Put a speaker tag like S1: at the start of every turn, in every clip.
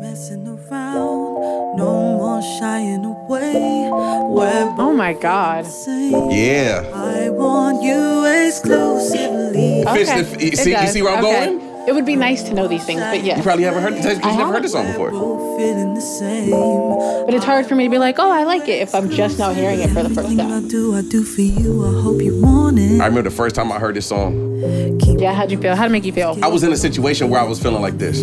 S1: messing around, no more shying away. We're
S2: Oh my god.
S1: boxing.
S3: Yeah.
S1: I want you exclusively.
S3: Fits the- you see- you see where I'm
S2: It would be nice to know these things, but
S3: You
S2: yeah.
S3: probably haven't heard. You've never heard this song
S1: We're
S3: before.
S1: both feeling the same.
S2: But it's hard for me to be like, oh, I like it if I'm just now hearing it for the first
S1: Everything I
S2: time.
S1: do, I do for you. I hope you want it.
S3: I remember the first time I heard this song.
S1: Keep
S2: Yeah, how'd you feel? How'd it make you feel?
S3: I was in a situation where I was feeling like this.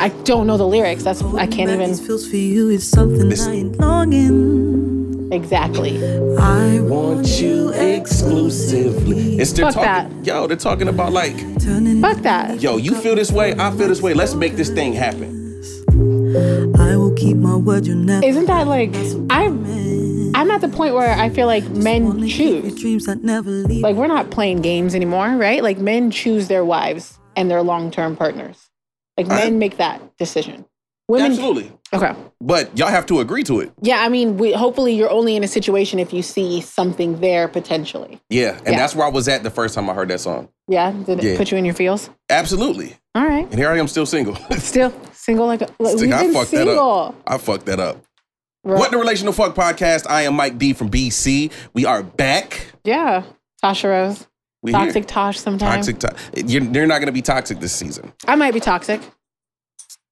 S2: I don't know the lyrics. That's I can't
S1: back
S2: even
S1: These feels for you is something
S3: This-
S1: I ain't longing.
S2: exactly.
S1: I
S3: Want you exclusively. It's they're
S2: Fuck
S3: talking. Yo, they're talking about like,
S1: turning.
S2: Fuck that.
S3: yo, you feel this way, I feel this way. Let's make this thing happen.
S1: I will keep my word. You never.
S2: Isn't that like I'm I'm at the point where I feel like men
S1: Only keep your
S2: choose.
S1: dreams that never leave.
S2: Like we're not playing games anymore, right? Like men choose their wives and their long-term partners. Like men make that decision. Women
S3: Absolutely.
S2: Okay.
S3: But y'all have to agree to it.
S2: Yeah, I mean, we, hopefully you're only in a situation if you see something there potentially.
S3: Yeah. And
S2: Yeah.
S3: that's where I was at the first time I heard that song.
S2: Yeah, did it
S3: Yeah.
S2: put you in your feels?
S3: Absolutely.
S2: All right.
S3: And here I am still single.
S2: Still single like, a, like
S3: Stick,
S2: we've
S3: I
S2: been
S3: fucked
S2: single.
S3: that up. I fucked that up.
S2: Right.
S3: What the Relational Fuck podcast. I am Mike D from BC. We are back.
S2: Yeah. Tasha Rose.
S3: We here.
S2: Toxic Tosh sometimes.
S3: Toxic. To- you're, you're not going to be toxic this season.
S2: I might be toxic.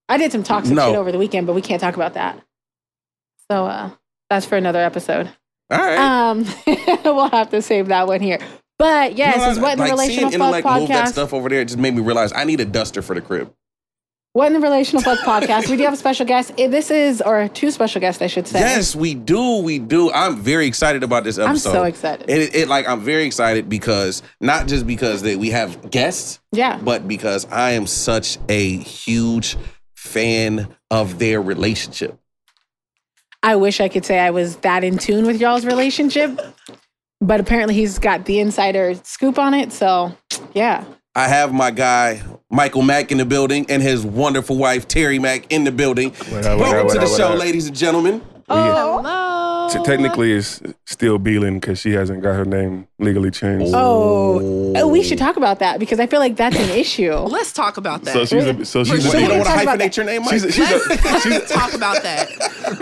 S2: I did some toxic
S3: No.
S2: shit over the weekend, but we can't talk about that. So uh that's for another episode.
S3: All right.
S2: Um we'll have to save that one here. But yes,
S3: No, no,
S2: it's what in the
S3: like,
S2: relational
S3: seeing
S2: fuck
S3: Intellect move that
S2: podcast.
S3: stuff over there it just made me realize I need a duster for the crib.
S2: What in the Relational Fuck podcast? We do have a special guest. Eh, This is, or two special guests, I should say.
S3: Yes, we do. We do. I'm very excited about this episode.
S2: so excited.
S3: It, it like I'm very excited because not just because that we have guests,
S2: Yeah.
S3: but because I am such a huge fan of their relationship.
S2: I wish I could say I was that in tune with y'all's relationship, but apparently he's got the insider scoop on it. So, yeah.
S3: I have my guy Michael Mack in the building and his wonderful wife Terry Mack in the building.
S4: What up, what
S3: Welcome
S4: up, what
S3: to
S4: up,
S3: the
S4: what
S3: show,
S4: up?
S3: ladies and gentlemen.
S2: Oh,
S4: T- technically, it's still Beelan because she hasn't got her name legally changed.
S2: Oh, oh, we should talk about that because I feel like that's an issue.
S5: Let's talk about that.
S4: So she's a, so
S5: For
S4: she's
S3: So you
S2: we're
S3: don't
S4: a,
S3: want to
S2: talking about
S3: hyphenate
S2: that.
S3: your name, Mike?
S4: she's a, she's a, she's a,
S5: Let's talk about that.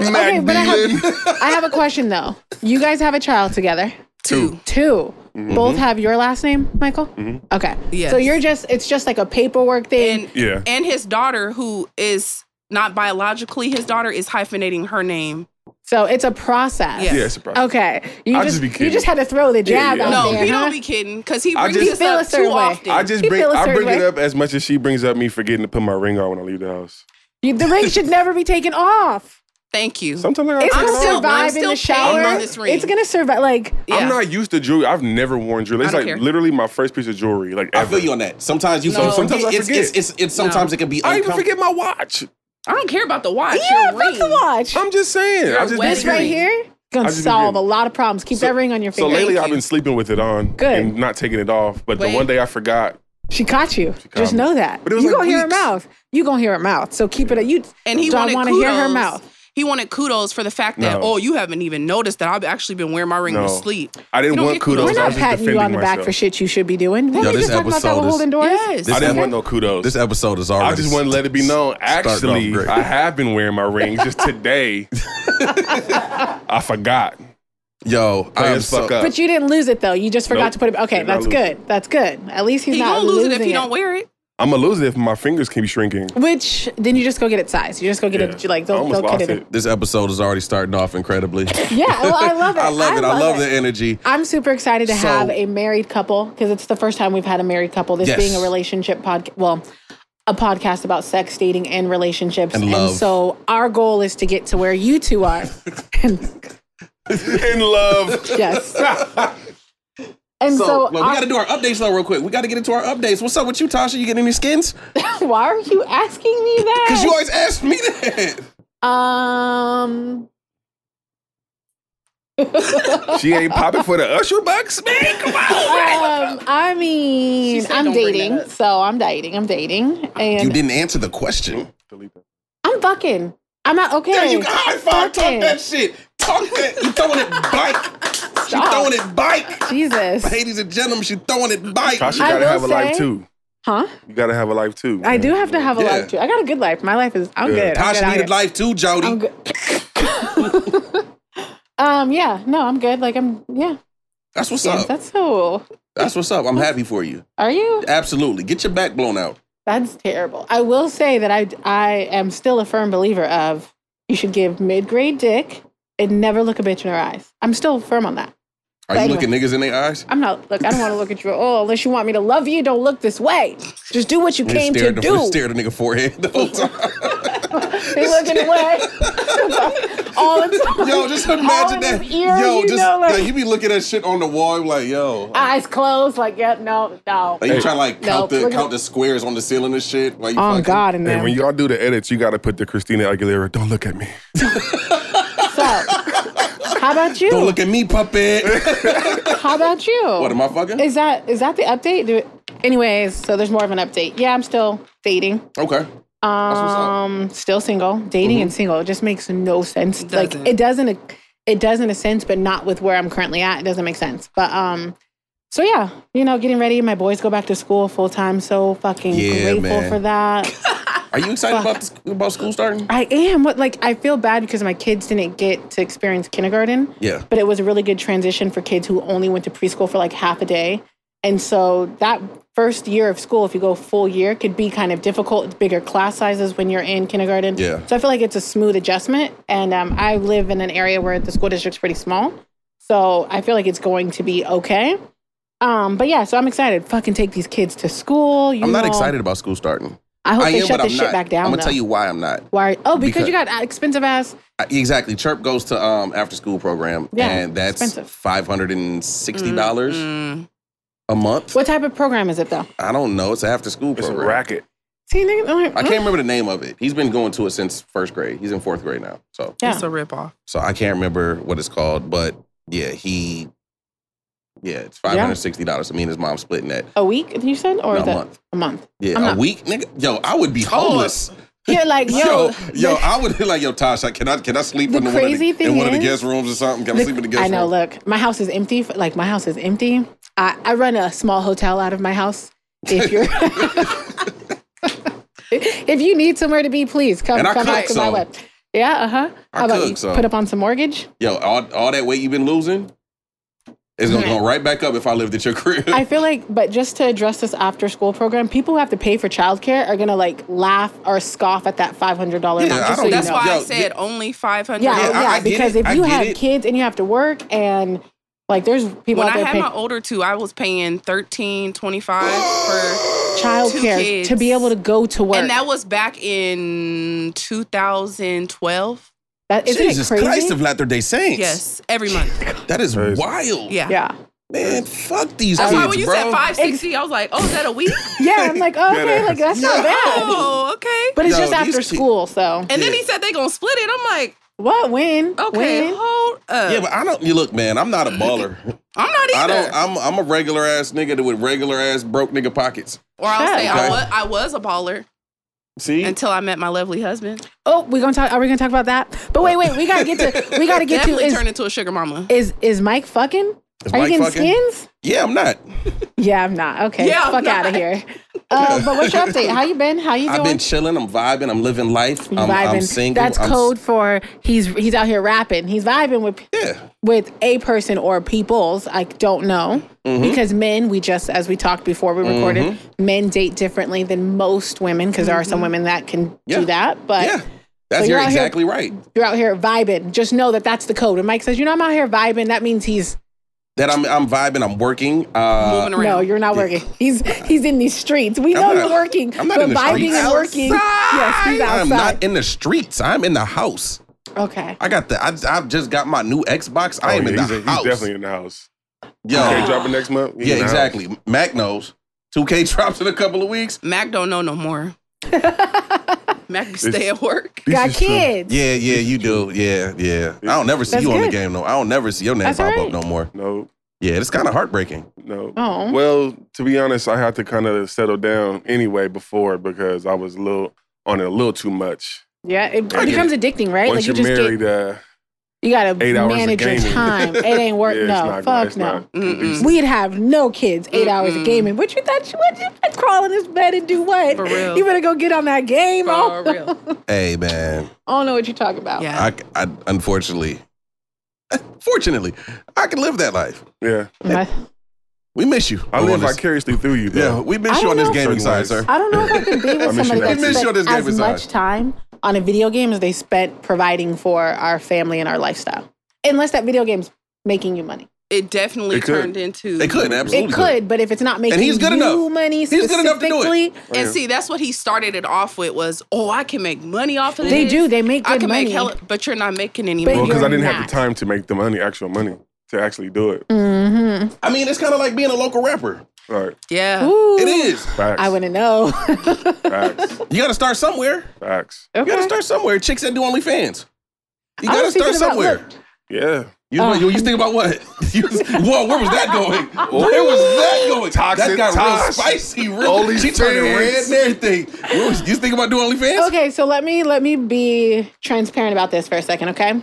S2: Okay, but I have, I have a question though. You guys have a child together.
S5: Two.
S2: 2 Both have your last name, Michael? Okay.
S5: Yes.
S2: So you're just, it's just like a paperwork thing.
S5: And
S4: Yeah.
S5: and his daughter, who is not biologically his daughter, is hyphenating her name.
S2: so it's a process.
S5: Yeah.
S4: yeah, it's a problem.
S2: Okay. You
S4: I'll
S2: just,
S4: just be
S2: you
S4: kidding.
S2: just had to throw the
S4: Yeah,
S2: jab
S4: yeah.
S2: out
S5: No,
S2: there.
S5: he
S2: huh?
S5: don't be kidding because he
S4: I
S5: brings
S4: just-
S5: this
S2: Feel a
S5: up too
S2: certain way.
S5: often.
S4: I just
S2: He
S4: bring
S2: feel a
S4: I
S2: certain
S4: bring it
S2: way.
S4: up as much as she brings up me forgetting to put my ring on when I leave the house.
S2: You- the ring should never be taken off.
S5: Thank you.
S4: Sometimes I gotta
S2: It's
S4: put
S5: I'm
S2: gonna
S4: it on.
S5: still- I'm
S2: survive in
S5: still
S2: the
S5: paying
S2: shower.
S5: on this ring.
S2: It's gonna survive. Like
S4: I'm
S5: Yeah.
S4: not used to jewelry. I've never worn jewelry. It's
S5: I don't
S4: like
S5: care.
S4: literally my first piece of jewelry. Like
S3: I
S4: ever.
S3: feel you on that. Sometimes you
S5: No.
S3: feel sometimes
S4: Sometimes I
S3: it's,
S4: forget.
S3: it's, it's, it's sometimes it can be
S4: I even
S3: uncomfortable.
S4: forget my watch.
S5: I don't care about the watch.
S2: yeah,
S5: your
S2: fuck
S5: ring.
S2: the watch.
S4: I'm just saying.
S5: Your
S4: I just be
S5: wedding
S2: this right
S5: ring.
S4: forgetting.
S2: here gonna
S4: I just be
S2: solve
S4: kidding.
S2: a lot of problems. Keep that ring on your
S4: So
S2: finger.
S4: lately,
S5: Thank
S4: I've
S5: you.
S4: been sleeping with it on
S2: Good.
S4: and not taking it off. But
S5: Wait.
S4: the one day I forgot.
S2: she caught you.
S4: caught
S2: Just
S4: me.
S2: know that.
S4: But it was
S2: you
S4: like
S2: gonna hear her
S4: weeks.
S2: mouth. You gonna hear her mouth. So keep it. A, you
S5: And he
S2: don't
S5: wanted
S2: wanna
S5: kudos.
S2: hear her mouth.
S5: He wanted kudos for the fact that
S4: No.
S5: oh, you haven't even noticed that I've actually been wearing my ring
S4: No.
S5: to sleep.
S4: I didn't
S5: You don't
S4: want
S5: get
S2: We're
S4: kudos. I was
S2: not
S4: just
S2: patting you
S4: defending
S2: on the back
S4: myself.
S2: for shit you should be doing. Weren't we
S3: this
S2: just talking about that
S3: episode
S2: with
S3: is-
S2: holding doors?
S5: Yes.
S4: I didn't
S3: Okay.
S4: want no kudos.
S3: This episode is already.
S4: I just want to let it be known.
S3: starting off
S4: Actually,
S3: great.
S4: I have been wearing my ring. Just today, I forgot.
S3: Yo, I am
S4: as fuck
S3: so-
S4: up.
S2: But you didn't lose it though. You just forgot
S4: Nope.
S2: to put it. Okay,
S4: Did not
S2: that's
S4: lose
S2: good. That's good. At least he's
S5: He
S2: not
S5: gonna lose it if
S2: losing
S5: he don't wear it.
S4: I'm gonna lose it if my fingers keep shrinking.
S2: Which then you just go get it sized. You just go get it
S4: Yeah.
S2: like
S4: I
S2: don't
S4: almost
S2: don't get
S4: lost
S2: it.
S4: it.
S3: This episode is already starting off incredibly.
S2: Yeah, well, I love it.
S3: I love it. I love the energy.
S2: I'm super excited to
S3: So-
S2: have a married couple because it's the first time we've had a married couple. This
S3: Yes.
S2: being a relationship podcast, well, a podcast about sex, dating, and relationships.
S3: And love.
S2: so our goal is to get to where you two are. and
S4: In love.
S2: yes. And so,
S3: So, well, we
S2: our-
S3: got to do our updates though, real quick. We got to get into our updates. What's up with you, Tasha? You getting any skins?
S2: why are you asking me that?
S3: Because you always ask me that.
S2: um.
S4: she ain't popping for the usher bucks, man. Come on.
S2: Um, I mean,
S5: said
S2: I'm
S5: don't bring
S2: dating,
S5: that up.
S2: so I'm dating. I'm dating,
S3: You
S2: and
S3: didn't answer the question.
S4: Delete that.
S2: I'm fucking. I'm not okay.
S3: There you go. High five. Talk
S2: Fucking.
S3: that shit. Talk that. You throwing it bike. She
S2: Stop.
S3: throwing it bike.
S2: Jesus.
S3: Ladies and gentlemen, she throwing it bike.
S4: Tasha
S2: I
S4: gotta
S2: will
S4: have a life
S2: say-
S4: too.
S2: Huh?
S4: You gotta have a life too.
S2: I do have to have a
S3: Yeah.
S2: life too. I got a good life. My life is I'm
S4: Yeah.
S2: good. I'm
S3: Tasha
S2: good. I'm
S3: needed
S2: good.
S3: life too, Jody.
S2: I'm good. um. Yeah. No. I'm good. Like I'm. Yeah.
S3: That's what's
S2: yeah,
S3: up.
S2: That's so.
S3: That's what's up. I'm happy for you.
S2: Are you?
S3: Absolutely. Get your back blown out.
S2: That's terrible. I will say that I I am still a firm believer of you should give mid grade dick and never look a bitch in her eyes. I'm still firm on that. But
S3: Are you
S2: anyway.
S3: looking niggas in their eyes?
S2: I'm not look. I don't want to look at you at all unless you want me to love you. Don't look this way. Just do what you
S3: And
S2: came
S3: stare
S2: to
S3: at the,
S2: do.
S3: Stare at the nigga forehead the whole time.
S2: They looking away all the time.
S3: Yo, just
S2: All
S3: imagine
S2: in
S3: that.
S2: his ear,
S3: yo,
S2: you
S3: just
S2: know, like-
S3: yeah, you be looking at shit on the wall, like yo, like,
S2: eyes closed. Like yeah, no, no.
S3: you trying to like count
S2: No,
S3: the
S2: look at-
S3: count the squares on the ceiling and shit. While you
S2: Oh
S3: fucking-
S2: God, and
S4: And
S2: then
S4: when y'all do the edits, you gotta put the Christina Aguilera. Don't look at me.
S2: so. How about you?
S3: Don't look at me, puppet.
S2: How about you?
S3: what am I fucking?
S2: Is that is that the update? Do anyways, so there's more of an update. Yeah, I'm still dating.
S3: okay. what's up.
S2: Um, still single. Dating and single it just makes no sense. Like
S5: Doesn't.
S2: it doesn't. It does in a sense, but not with where I'm currently at. It doesn't make sense. But um, so yeah, you know, getting ready. My boys go back to school full time. So fucking
S3: Yeah,
S2: grateful
S3: man.
S2: for that.
S3: Are you excited about the, sc- about school starting?
S2: I am. What like I feel bad because my kids didn't get to experience kindergarten.
S3: Yeah.
S2: But it was a really good transition for kids who only went to preschool for like half a day. And so that first year of school, if you go full year, could be kind of difficult. It's bigger class sizes when you're in kindergarten.
S3: Yeah.
S2: So I feel like it's a smooth adjustment. And um, I live in an area where the school district's pretty small. So I feel like it's going to be okay. Um, but yeah, so I'm excited. Fucking take these kids to school. You
S3: I'm not
S2: know.
S3: excited about school starting.
S2: I hope
S3: I
S2: they
S3: am,
S2: shut
S3: but
S2: this
S3: I'm
S2: shit
S3: not.
S2: back down.
S3: I'm gonna
S2: though.
S3: tell you why I'm not.
S2: Why? Oh, because,
S3: Because-
S2: you got expensive ass.
S3: I- Exactly. Chirp goes to um after school program,
S2: Yeah,
S3: and that's
S2: expensive.
S3: five hundred and sixty dollars
S5: Mm.
S3: a month.
S2: What type of program is it though?
S3: I don't know. It's an after school
S4: It's a
S3: program.
S4: racket.
S2: See, nigga, I'm like,
S3: I
S2: mm.
S3: can't remember the name of it. He's been going to it since first grade. He's in fourth grade now. So
S2: Yeah.
S5: It's a ripoff.
S3: so I can't remember what it's called, but yeah, he yeah, it's five hundred sixty dollars. I mean, his mom's splitting that.
S2: A week, you said, or
S3: No,
S2: is
S3: a
S2: it
S3: month.
S2: a month?
S3: Yeah,
S2: I'm
S3: a
S2: not-
S3: week, nigga. Yo, I would be homeless.
S2: You're like, yo,
S3: yo,
S2: the-
S3: yo, I would be like, yo, Tosh, I can I can I sleep
S2: The
S3: in, the
S2: crazy
S3: one, of the, in
S2: thing
S3: one of the
S2: is-
S3: guest rooms or something? Can I
S2: the-
S3: sleep in the guest
S2: I know.
S3: room?
S2: Look, my house is empty. Like my house is empty. I, I run a small hotel out of my house. If you're, if you need somewhere to be, please come
S3: And I
S2: come out
S3: cook,
S2: to my
S3: so-
S2: web. Yeah, uh huh.
S3: I
S2: How about
S3: cook,
S2: you?
S3: so-
S2: Put up on some mortgage.
S3: Yo, all, all that weight you've been losing is gonna go right back up if I lived at your crib.
S2: I feel like, but just to address this after school program, people who have to pay for childcare are gonna like laugh or scoff at that five hundred dollar
S3: I
S2: amount. Just
S3: don't
S2: so you
S5: That's
S2: know.
S5: why
S3: Yo,
S5: I
S3: th-
S5: said only five hundred.
S2: Yeah, oh,
S3: Yeah,
S2: yeah.
S3: I- I get
S2: because
S3: it.
S2: if
S3: I
S2: you
S3: get
S2: have
S3: it.
S2: kids and you have to work and like there's people
S5: When
S2: out
S5: I
S2: there
S5: had
S2: paying
S5: my older two, I was paying thirteen twenty five for, two
S2: childcare
S5: kids.
S2: to be able to go to work.
S5: and that was back in two thousand twelve.
S2: that isn't
S3: Jesus
S2: it crazy?
S3: Christ of Latter Day Saints.
S5: Yes, every month.
S3: that is
S4: Crazy.
S3: wild.
S5: Yeah.
S2: yeah,
S3: man, fuck these
S5: That's
S3: kids,
S5: why when you
S3: bro.
S5: said five sixty, I was like, oh, is that a week?
S2: yeah. I'm like, oh,
S4: Yeah,
S2: okay,
S4: that-
S2: like that's
S3: Yeah.
S2: not bad.
S5: oh, okay.
S2: But it's
S3: Yo,
S2: just after
S3: these ki-
S2: school, so
S5: And then
S3: Yeah.
S5: he said they gonna split it. I'm like,
S2: what? When?
S5: okay,
S2: When?
S5: hold up.
S3: Yeah, but I don't. You look, man. I'm not a baller.
S5: I'm not either.
S3: I don't. I'm. I'm a regular ass nigga with regular ass broke nigga pockets.
S5: or I'll
S2: Shut
S5: say
S3: up.
S5: I was I was a baller
S3: See,
S5: until I met my lovely husband.
S2: Oh, we gonna talk? Are we gonna talk about that? But wait, wait. We gotta get to. We gotta get to.
S5: Definitely
S2: Is,
S5: turned into a sugar mama.
S2: is is Mike fucking?
S3: Is
S2: are
S3: Mike
S2: you getting
S3: fucking?
S2: skins?
S3: yeah, I'm not.
S2: Yeah, I'm not. Okay,
S5: Yeah, I'm
S2: fuck
S5: not.
S2: out of here. Uh, but what's your update? How you been? How you doing?
S3: I've been chilling. I'm vibing. I'm living life. I'm,
S2: vibing.
S3: I'm single.
S2: That's
S3: I'm, s-
S2: code for he's he's out here rapping. He's vibing with
S3: Yeah.
S2: with a person or peoples. I don't know
S3: Mm-hmm.
S2: because men, we just as we talked before we recorded, men date differently than most women because there are some women that can
S3: Mm-hmm. Yeah.
S2: do that. But
S3: Yeah. That's
S2: So
S3: you're
S2: you're out here-
S3: exactly right.
S2: you're out here vibing. Just know that that's the code. And Mike says, you know, I'm out here vibing. That means he's
S3: That I'm. I'm vibing. I'm working. Uh,
S5: Moving around.
S2: no, you're not working. He's he's in these streets. We know
S3: I'm
S2: you're
S3: not-
S2: working.
S3: I'm not
S2: but
S3: in the
S2: vibing
S3: streets.
S2: and working. Yes, he's
S3: I'm
S2: outside.
S3: not in the streets. I'm in the house.
S2: okay.
S3: I got the. I, I've just got my new Xbox. I am
S4: Oh, yeah,
S3: in
S4: he's,
S3: the
S4: he's
S3: house.
S4: definitely in the house.
S3: Yo.
S4: Okay, dropping next month. He's
S3: Yeah.
S4: in the house.
S3: Exactly. Mac knows. 2K drops in a couple of weeks.
S5: Mac don't know no more. Mac be stay at work.
S4: This
S2: Got
S4: is true.
S2: kids.
S3: Yeah, yeah, you do. Yeah, yeah. I don't never see
S2: That's
S3: you on the
S2: good.
S3: game though. I don't never see your name
S2: That's
S3: pop up
S2: alright.
S3: no more.
S4: No,
S3: Yeah, it's kind of heartbreaking.
S4: no.
S2: Oh.
S4: Well, to be honest, I had to kind of settle down anyway before because I was a little on it a little too much.
S2: Yeah, it,
S4: I
S2: it
S4: get
S2: becomes addicting, right?
S4: Once
S2: you
S4: you're
S2: just
S4: married,
S2: get
S4: uh,
S2: You gotta
S4: Eight hours of
S2: manage your
S4: gaming.
S2: time. It ain't work.
S4: it's
S2: no,
S4: not-
S2: fuck
S4: it's
S2: no.
S4: not conducive.
S2: We'd have no kids 8 hours of
S5: Mm-mm.
S2: gaming. But you thought you would you would crawl in this bed and do what?
S5: For real.
S2: You better go get on that game.
S5: For
S2: I
S5: real.
S3: Hey man,
S2: don't know what you're talking about.
S5: Yeah.
S3: I, I unfortunately, fortunately, I can live that life.
S4: Yeah.
S2: I,
S3: We miss you.
S4: I
S3: on
S4: live
S3: this-
S4: vicariously through you,
S3: Yeah,
S4: though.
S3: we
S2: I
S3: miss you
S2: don't
S3: on this
S2: know.
S3: gaming side, sir.
S2: I don't know if I can be
S4: I
S2: with
S4: miss
S2: somebody
S4: you
S2: that
S4: next time.
S3: Miss you
S2: spent
S3: on this
S2: as
S3: gaming
S2: much
S3: side.
S2: time on a video game as they spent providing for our family and our lifestyle. Unless that video game's making you money.
S5: It definitely
S4: It could.
S5: turned into.
S3: They could absolutely.
S2: It could, but if it's not making
S3: he's good
S2: you
S3: enough.
S2: money
S3: He's good enough to do it.
S2: specifically,
S5: And see, that's what he started it off with was, oh, I can make money off of
S2: They
S5: this.
S2: do. They make
S5: I
S2: good
S5: can
S2: money.
S5: make hella, but you're not making any
S2: But
S5: money.
S4: Well, because I
S2: You're
S4: didn't have
S2: not.
S4: the time to make the money, actual money, to actually do it.
S2: Mm-hmm.
S3: I mean, it's kind of like being a local rapper.
S4: All right.
S5: Yeah.
S3: It is.
S4: Facts.
S2: I wouldn't know.
S4: Facts.
S3: You got to start somewhere.
S4: Facts.
S3: You got to start somewhere. Chicks that do OnlyFans. You
S2: I
S3: got to
S2: was
S3: start
S2: thinking about-
S3: somewhere.
S2: look.
S4: Yeah.
S3: You,
S2: Oh.
S3: you, you think about what? You, whoa, where was that going? Where was that going?
S4: Toxic
S3: that got real
S4: Tosh.
S3: spicy. Real,
S4: Only
S3: she turned it red
S4: fans.
S3: and everything. What was- you think about doing OnlyFans?
S2: Okay, so let me let me be transparent about this for a second, okay?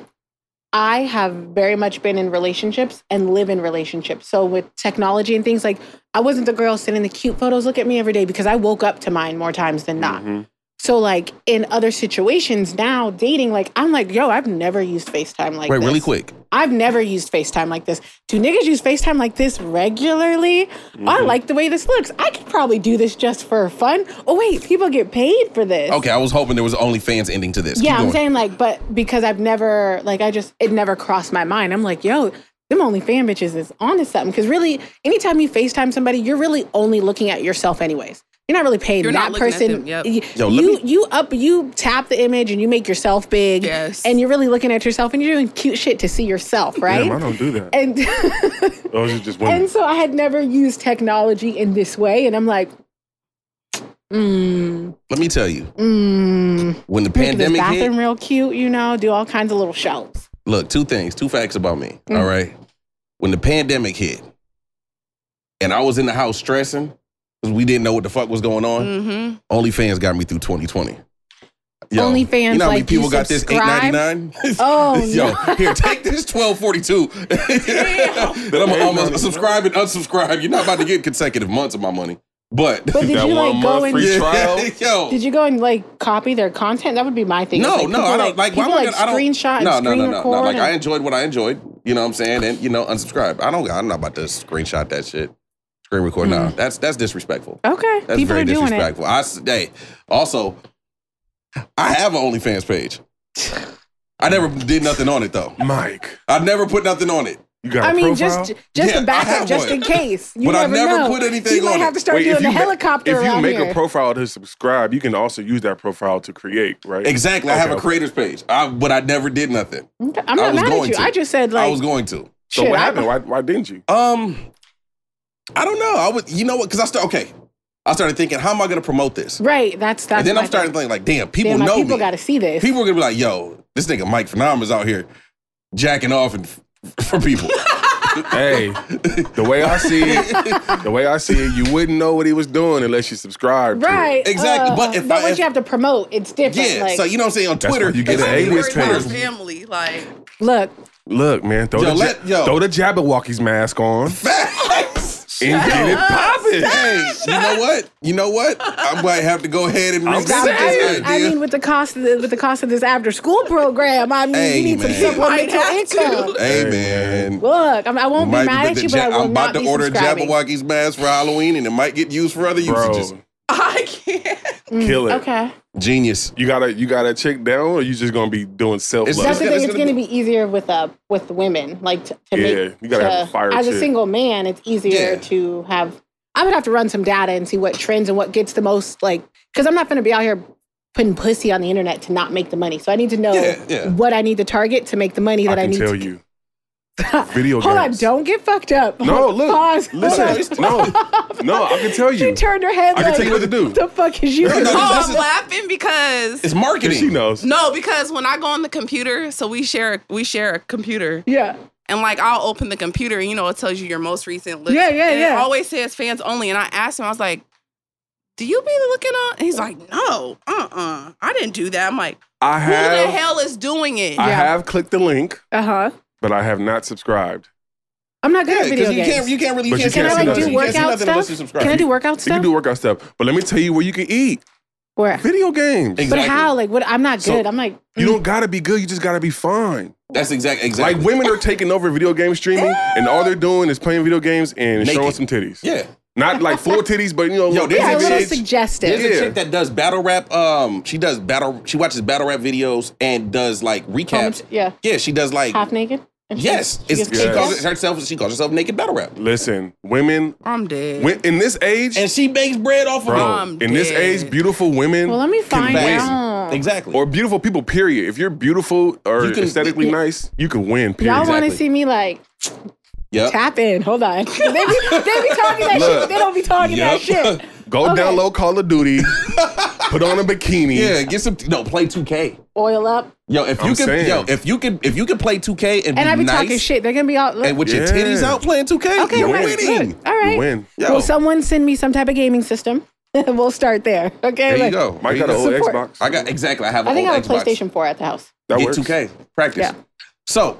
S2: I have very much been in relationships and live in relationships. So with technology and things like I wasn't the girl sending the cute photos look at me every day because I woke up to mine more times than not.
S3: Mm-hmm.
S4: Mhm.
S2: So like in other situations now dating like I'm like yo I've never used FaceTime like
S3: Wait,
S2: this.
S3: really quick.
S2: I've never used FaceTime like this. Do niggas use FaceTime like this regularly?
S3: Mm-hmm.
S2: I like the way this looks. I could probably do this just for fun. Oh wait, people get paid for this.
S3: Okay, I was hoping there was OnlyFans ending to this. Keep
S2: Yeah, I'm
S3: going.
S2: saying like, but because I've never like I just it never crossed my mind. I'm like, yo, them only fan bitches is onto something. Cause really, anytime you FaceTime somebody, you're really only looking at yourself anyways. You're not really paying
S5: You're
S2: that
S5: not looking at
S2: person.
S5: them, yep.
S2: y-
S3: Yo, let
S2: you
S3: me-
S2: you up you tap the image and you make yourself big.
S5: Yes.
S2: And you're really looking at yourself and you're doing cute shit to see yourself, right?
S4: Damn, I don't do that.
S2: and
S4: Those are just women.
S2: and so I had never used technology in this way. And I'm like, mm,
S3: Let me tell you,
S2: mm,
S3: when the
S2: make this
S3: pandemic hit,
S2: bathroom real cute, you know, do all kinds of little shows.
S3: look, two things, two facts about me.
S2: Mm.
S3: all right. When the pandemic hit and I was in the house stressing because we didn't know what the fuck was going
S2: Mm.
S3: on,
S5: Mm-hmm.
S3: OnlyFans got me through 2020. Yo,
S2: OnlyFans,
S3: You know how many
S2: like,
S3: people
S2: you
S3: got this
S2: subscribe?
S3: 8.99?
S2: Oh,
S3: Yo,
S2: no.
S3: here, take this 1242. that I'm
S4: Hey,
S3: almost
S4: no.
S3: subscribe and unsubscribe. You're not about to get consecutive months of my money. But,
S2: But did
S4: That
S2: you
S4: one
S2: like go
S4: month
S2: and
S4: free
S3: Yeah,
S4: trial?
S3: yo.
S2: did you go and like copy their content? That would be my thing. It's
S3: no,
S2: like,
S3: no,
S2: people,
S3: I don't like. why
S2: people,
S3: would
S2: like
S3: I, I don't,
S2: screenshot
S3: no,
S2: and
S3: no,
S2: screen
S3: no, no,
S2: record.
S3: no. Like I
S2: and-
S3: enjoyed what I enjoyed. You know what I'm saying? And you know, unsubscribe. I don't. I'm not about to screenshot that shit. Screen record. No, that's that's disrespectful.
S2: okay,
S3: That's
S2: Mm. people
S3: very
S2: are doing it.
S3: disrespectful. I s- hey, also, I have an OnlyFans page. I never did nothing on it though.
S4: Mike,
S3: I never put nothing on it.
S4: you got a
S2: I mean,
S4: profile?
S2: just just a
S3: Yeah, I have
S2: backup, just
S3: one.
S2: in case. You
S3: But I
S2: never
S3: never
S2: know.
S3: put anything
S2: You might
S3: on
S2: have
S3: it.
S2: to start
S4: Wait, if
S2: doing
S4: you
S2: a
S4: ma-
S2: helicopter
S4: If you
S2: around
S4: make
S2: here.
S4: a profile to subscribe, you can also use that profile to create, right?
S3: Exactly. I have a
S4: Okay.
S3: creator's page, I, but I never did nothing.
S2: Okay, I'm
S3: I
S2: not
S3: was
S2: mad at
S3: going
S2: you.
S3: to.
S2: I just said like
S3: I was going to.
S4: So
S2: shit,
S4: what
S2: I-
S4: happened? Why, why didn't you?
S3: Um, I don't know. I would. You know what? Because I start. Okay, I started thinking, how am I going to promote this?
S2: Right, that's that's.
S3: and then
S2: my
S3: I'm starting to
S2: thing.
S3: think, like, damn, people
S2: Damn, my
S3: know
S2: people
S3: me.
S2: got to see this.
S3: people are gonna be like, "Yo, this nigga Mike Phenom is out here jacking off and f- for people."
S4: Hey, the way I see it, the way I see it, you wouldn't know what he was doing unless you subscribed.
S2: right,
S3: Exactly, but if I-
S2: once
S3: if-
S2: you have to promote, it's different.
S3: yeah,
S2: like,
S3: so you know what I'm saying on
S4: That's
S3: Twitter,
S4: why you get
S3: it's-
S4: an
S5: Hey,
S4: alias
S5: we're in our
S4: page.
S5: family. Like,
S2: look,
S4: To it. Look, man, throw
S3: Yo,
S4: the
S3: let-
S4: ja-
S3: yo.
S4: throw the Jabberwocky's mask on
S3: Facts.
S4: and get it popping.
S3: Hey, you know what? You know what? I might have to go ahead and revisit
S2: I
S3: this
S2: mean, I
S3: idea.
S2: mean, with the cost of the, with the cost of this after school program, I mean,
S3: Hey,
S2: you need
S3: man.
S2: some
S5: might
S2: supplemental
S5: have
S2: income.
S5: to.
S3: hey
S4: Hey,
S3: man.
S2: Look, I'm, I won't
S3: Might
S2: be
S3: be
S2: mad
S3: with
S2: at
S3: the
S2: you, but
S3: ja-
S2: I will
S3: I'm
S2: not
S3: about to
S2: be
S3: order a
S2: subscribing.
S3: Jabberwocky's mask for Halloween, and it might get used for other usages.
S4: Bro,
S5: I can't.
S4: kill it.
S2: Mm, Okay,
S3: Genius.
S4: You gotta you gotta check down, or you just gonna be doing self
S3: It's
S4: love.
S2: that's
S3: just-
S2: the thing.
S3: gonna- it's
S2: It's
S3: gonna
S2: going to be easier with uh with women, like to, to
S4: Yeah,
S2: make.
S4: you gotta
S2: to-
S4: have a fire
S2: As a
S4: chick.
S2: single man, it's easier
S3: Yeah.
S2: to have. I would have to run some data and see what trends and what gets the most like, because I'm not going to be out here putting pussy on the internet to not make the money. So I need to know
S3: Yeah, yeah.
S2: what I need to target to make the money
S4: I
S2: that I,
S4: can
S2: need.
S4: tell
S2: to,
S4: you. Video
S2: Hold on,
S4: games.
S2: don't get fucked up.
S4: No, look,
S2: Pause.
S4: Listen, no, no, I can tell
S2: She
S4: you.
S2: turned her head
S4: I can
S2: like,
S4: tell you what to do.
S2: the fuck is you
S3: No, no,
S5: Oh,
S3: This
S5: I'm
S3: is-
S5: laughing because
S3: It's marketing.
S4: She knows.
S5: no, because when I go on the computer, so we share we share a computer,
S2: Yeah.
S5: and like I'll open the computer, and you know it tells you your most recent list.
S2: Yeah, yeah,
S5: and It
S2: yeah.
S5: always says fans only, and I asked him, I was like, do you be looking on? And he's like, no, uh-uh. I didn't do that. I'm like,
S4: I
S5: who
S4: have
S5: the hell is doing it?
S4: I
S2: Yeah.
S4: have clicked the link,
S2: Uh huh.
S4: but I have not subscribed.
S2: I'm not good
S3: Yeah,
S2: at
S3: because
S2: video
S3: you
S2: games.
S3: can't, you can't really, you
S4: But
S3: can't,
S4: you
S2: can I
S4: can't
S3: see
S2: like
S3: nothing.
S2: do
S4: You
S3: can't see
S2: workout
S3: nothing
S2: stuff?
S3: unless you subscribe.
S2: Can I do workout
S4: You
S2: stuff?
S4: can do workout stuff, but let me tell you where you can eat.
S2: Where?
S4: Video games.
S3: Ex-
S2: But
S3: Exactly.
S2: how? Like what? I'm not
S4: So,
S2: good. I'm like
S4: You don't gotta be good. You just gotta be fine.
S3: That's exact, exactly.
S4: Like women are taking over video game streaming, and all they're doing is playing video games and
S3: Naked.
S4: showing some titties.
S3: yeah.
S4: Not like full titties, but you know,
S3: Yo,
S4: little
S3: there's
S2: yeah, a
S4: titties.
S2: little
S3: bitch. There's
S2: suggestive.
S3: a
S4: Yeah.
S3: chick that does battle rap. Um, she does battle. She watches battle rap videos and does like recaps.
S2: Homage- yeah.
S3: Yeah, she does like
S2: Half naked. And she-
S3: yes.
S2: she
S3: It's,
S2: gives
S3: She
S4: Yes.
S3: calls
S2: feedback?
S3: it herself. She calls herself naked battle rap,
S4: Listen, women
S5: I'm dead.
S4: when, in this age,
S3: and she makes bread off of
S4: bro,
S3: it.
S2: Um,
S5: I'm
S4: in this
S5: dead.
S4: age, beautiful women
S2: Well, let me find
S3: win.
S2: out.
S3: Exactly.
S4: or beautiful people, period. If you're beautiful or
S3: You can-
S4: aesthetically nice, you can win, period.
S2: Y'all want
S3: Exactly. Uh,
S2: to see me like
S3: yep.
S2: tap in? Hold on. they, be, they be talking that
S4: Look.
S2: shit. They don't be talking that
S3: Yup.
S2: shit.
S4: Go
S2: Okay.
S4: download Call of Duty, put on a bikini.
S3: Yeah, get some. No, play 2K.
S2: Oil up,
S3: Yo, if you
S4: I'm
S3: can,
S4: saying.
S3: yo, if you can, if you can play 2K and,
S2: and I
S3: be
S2: be
S3: nice
S2: talking shit. They're gonna be all.
S3: and with your
S4: Yeah.
S3: titties out playing 2K,
S2: okay,
S3: you're
S2: all right,
S3: winning.
S2: good. all right.
S4: You win.
S3: Yo,
S2: Will someone send me some type of gaming system? we'll start there. Okay.
S3: there you
S2: like,
S3: go.
S4: Mike
S3: There
S4: got
S3: you
S4: an
S3: go.
S4: old
S2: Support.
S4: Xbox.
S3: I got exactly. I have.
S2: I
S3: an
S2: think I
S3: old
S2: have a
S3: Xbox.
S2: PlayStation 4 at the house.
S4: that
S3: Get
S4: works.
S3: 2K practice.
S2: Yeah.
S3: So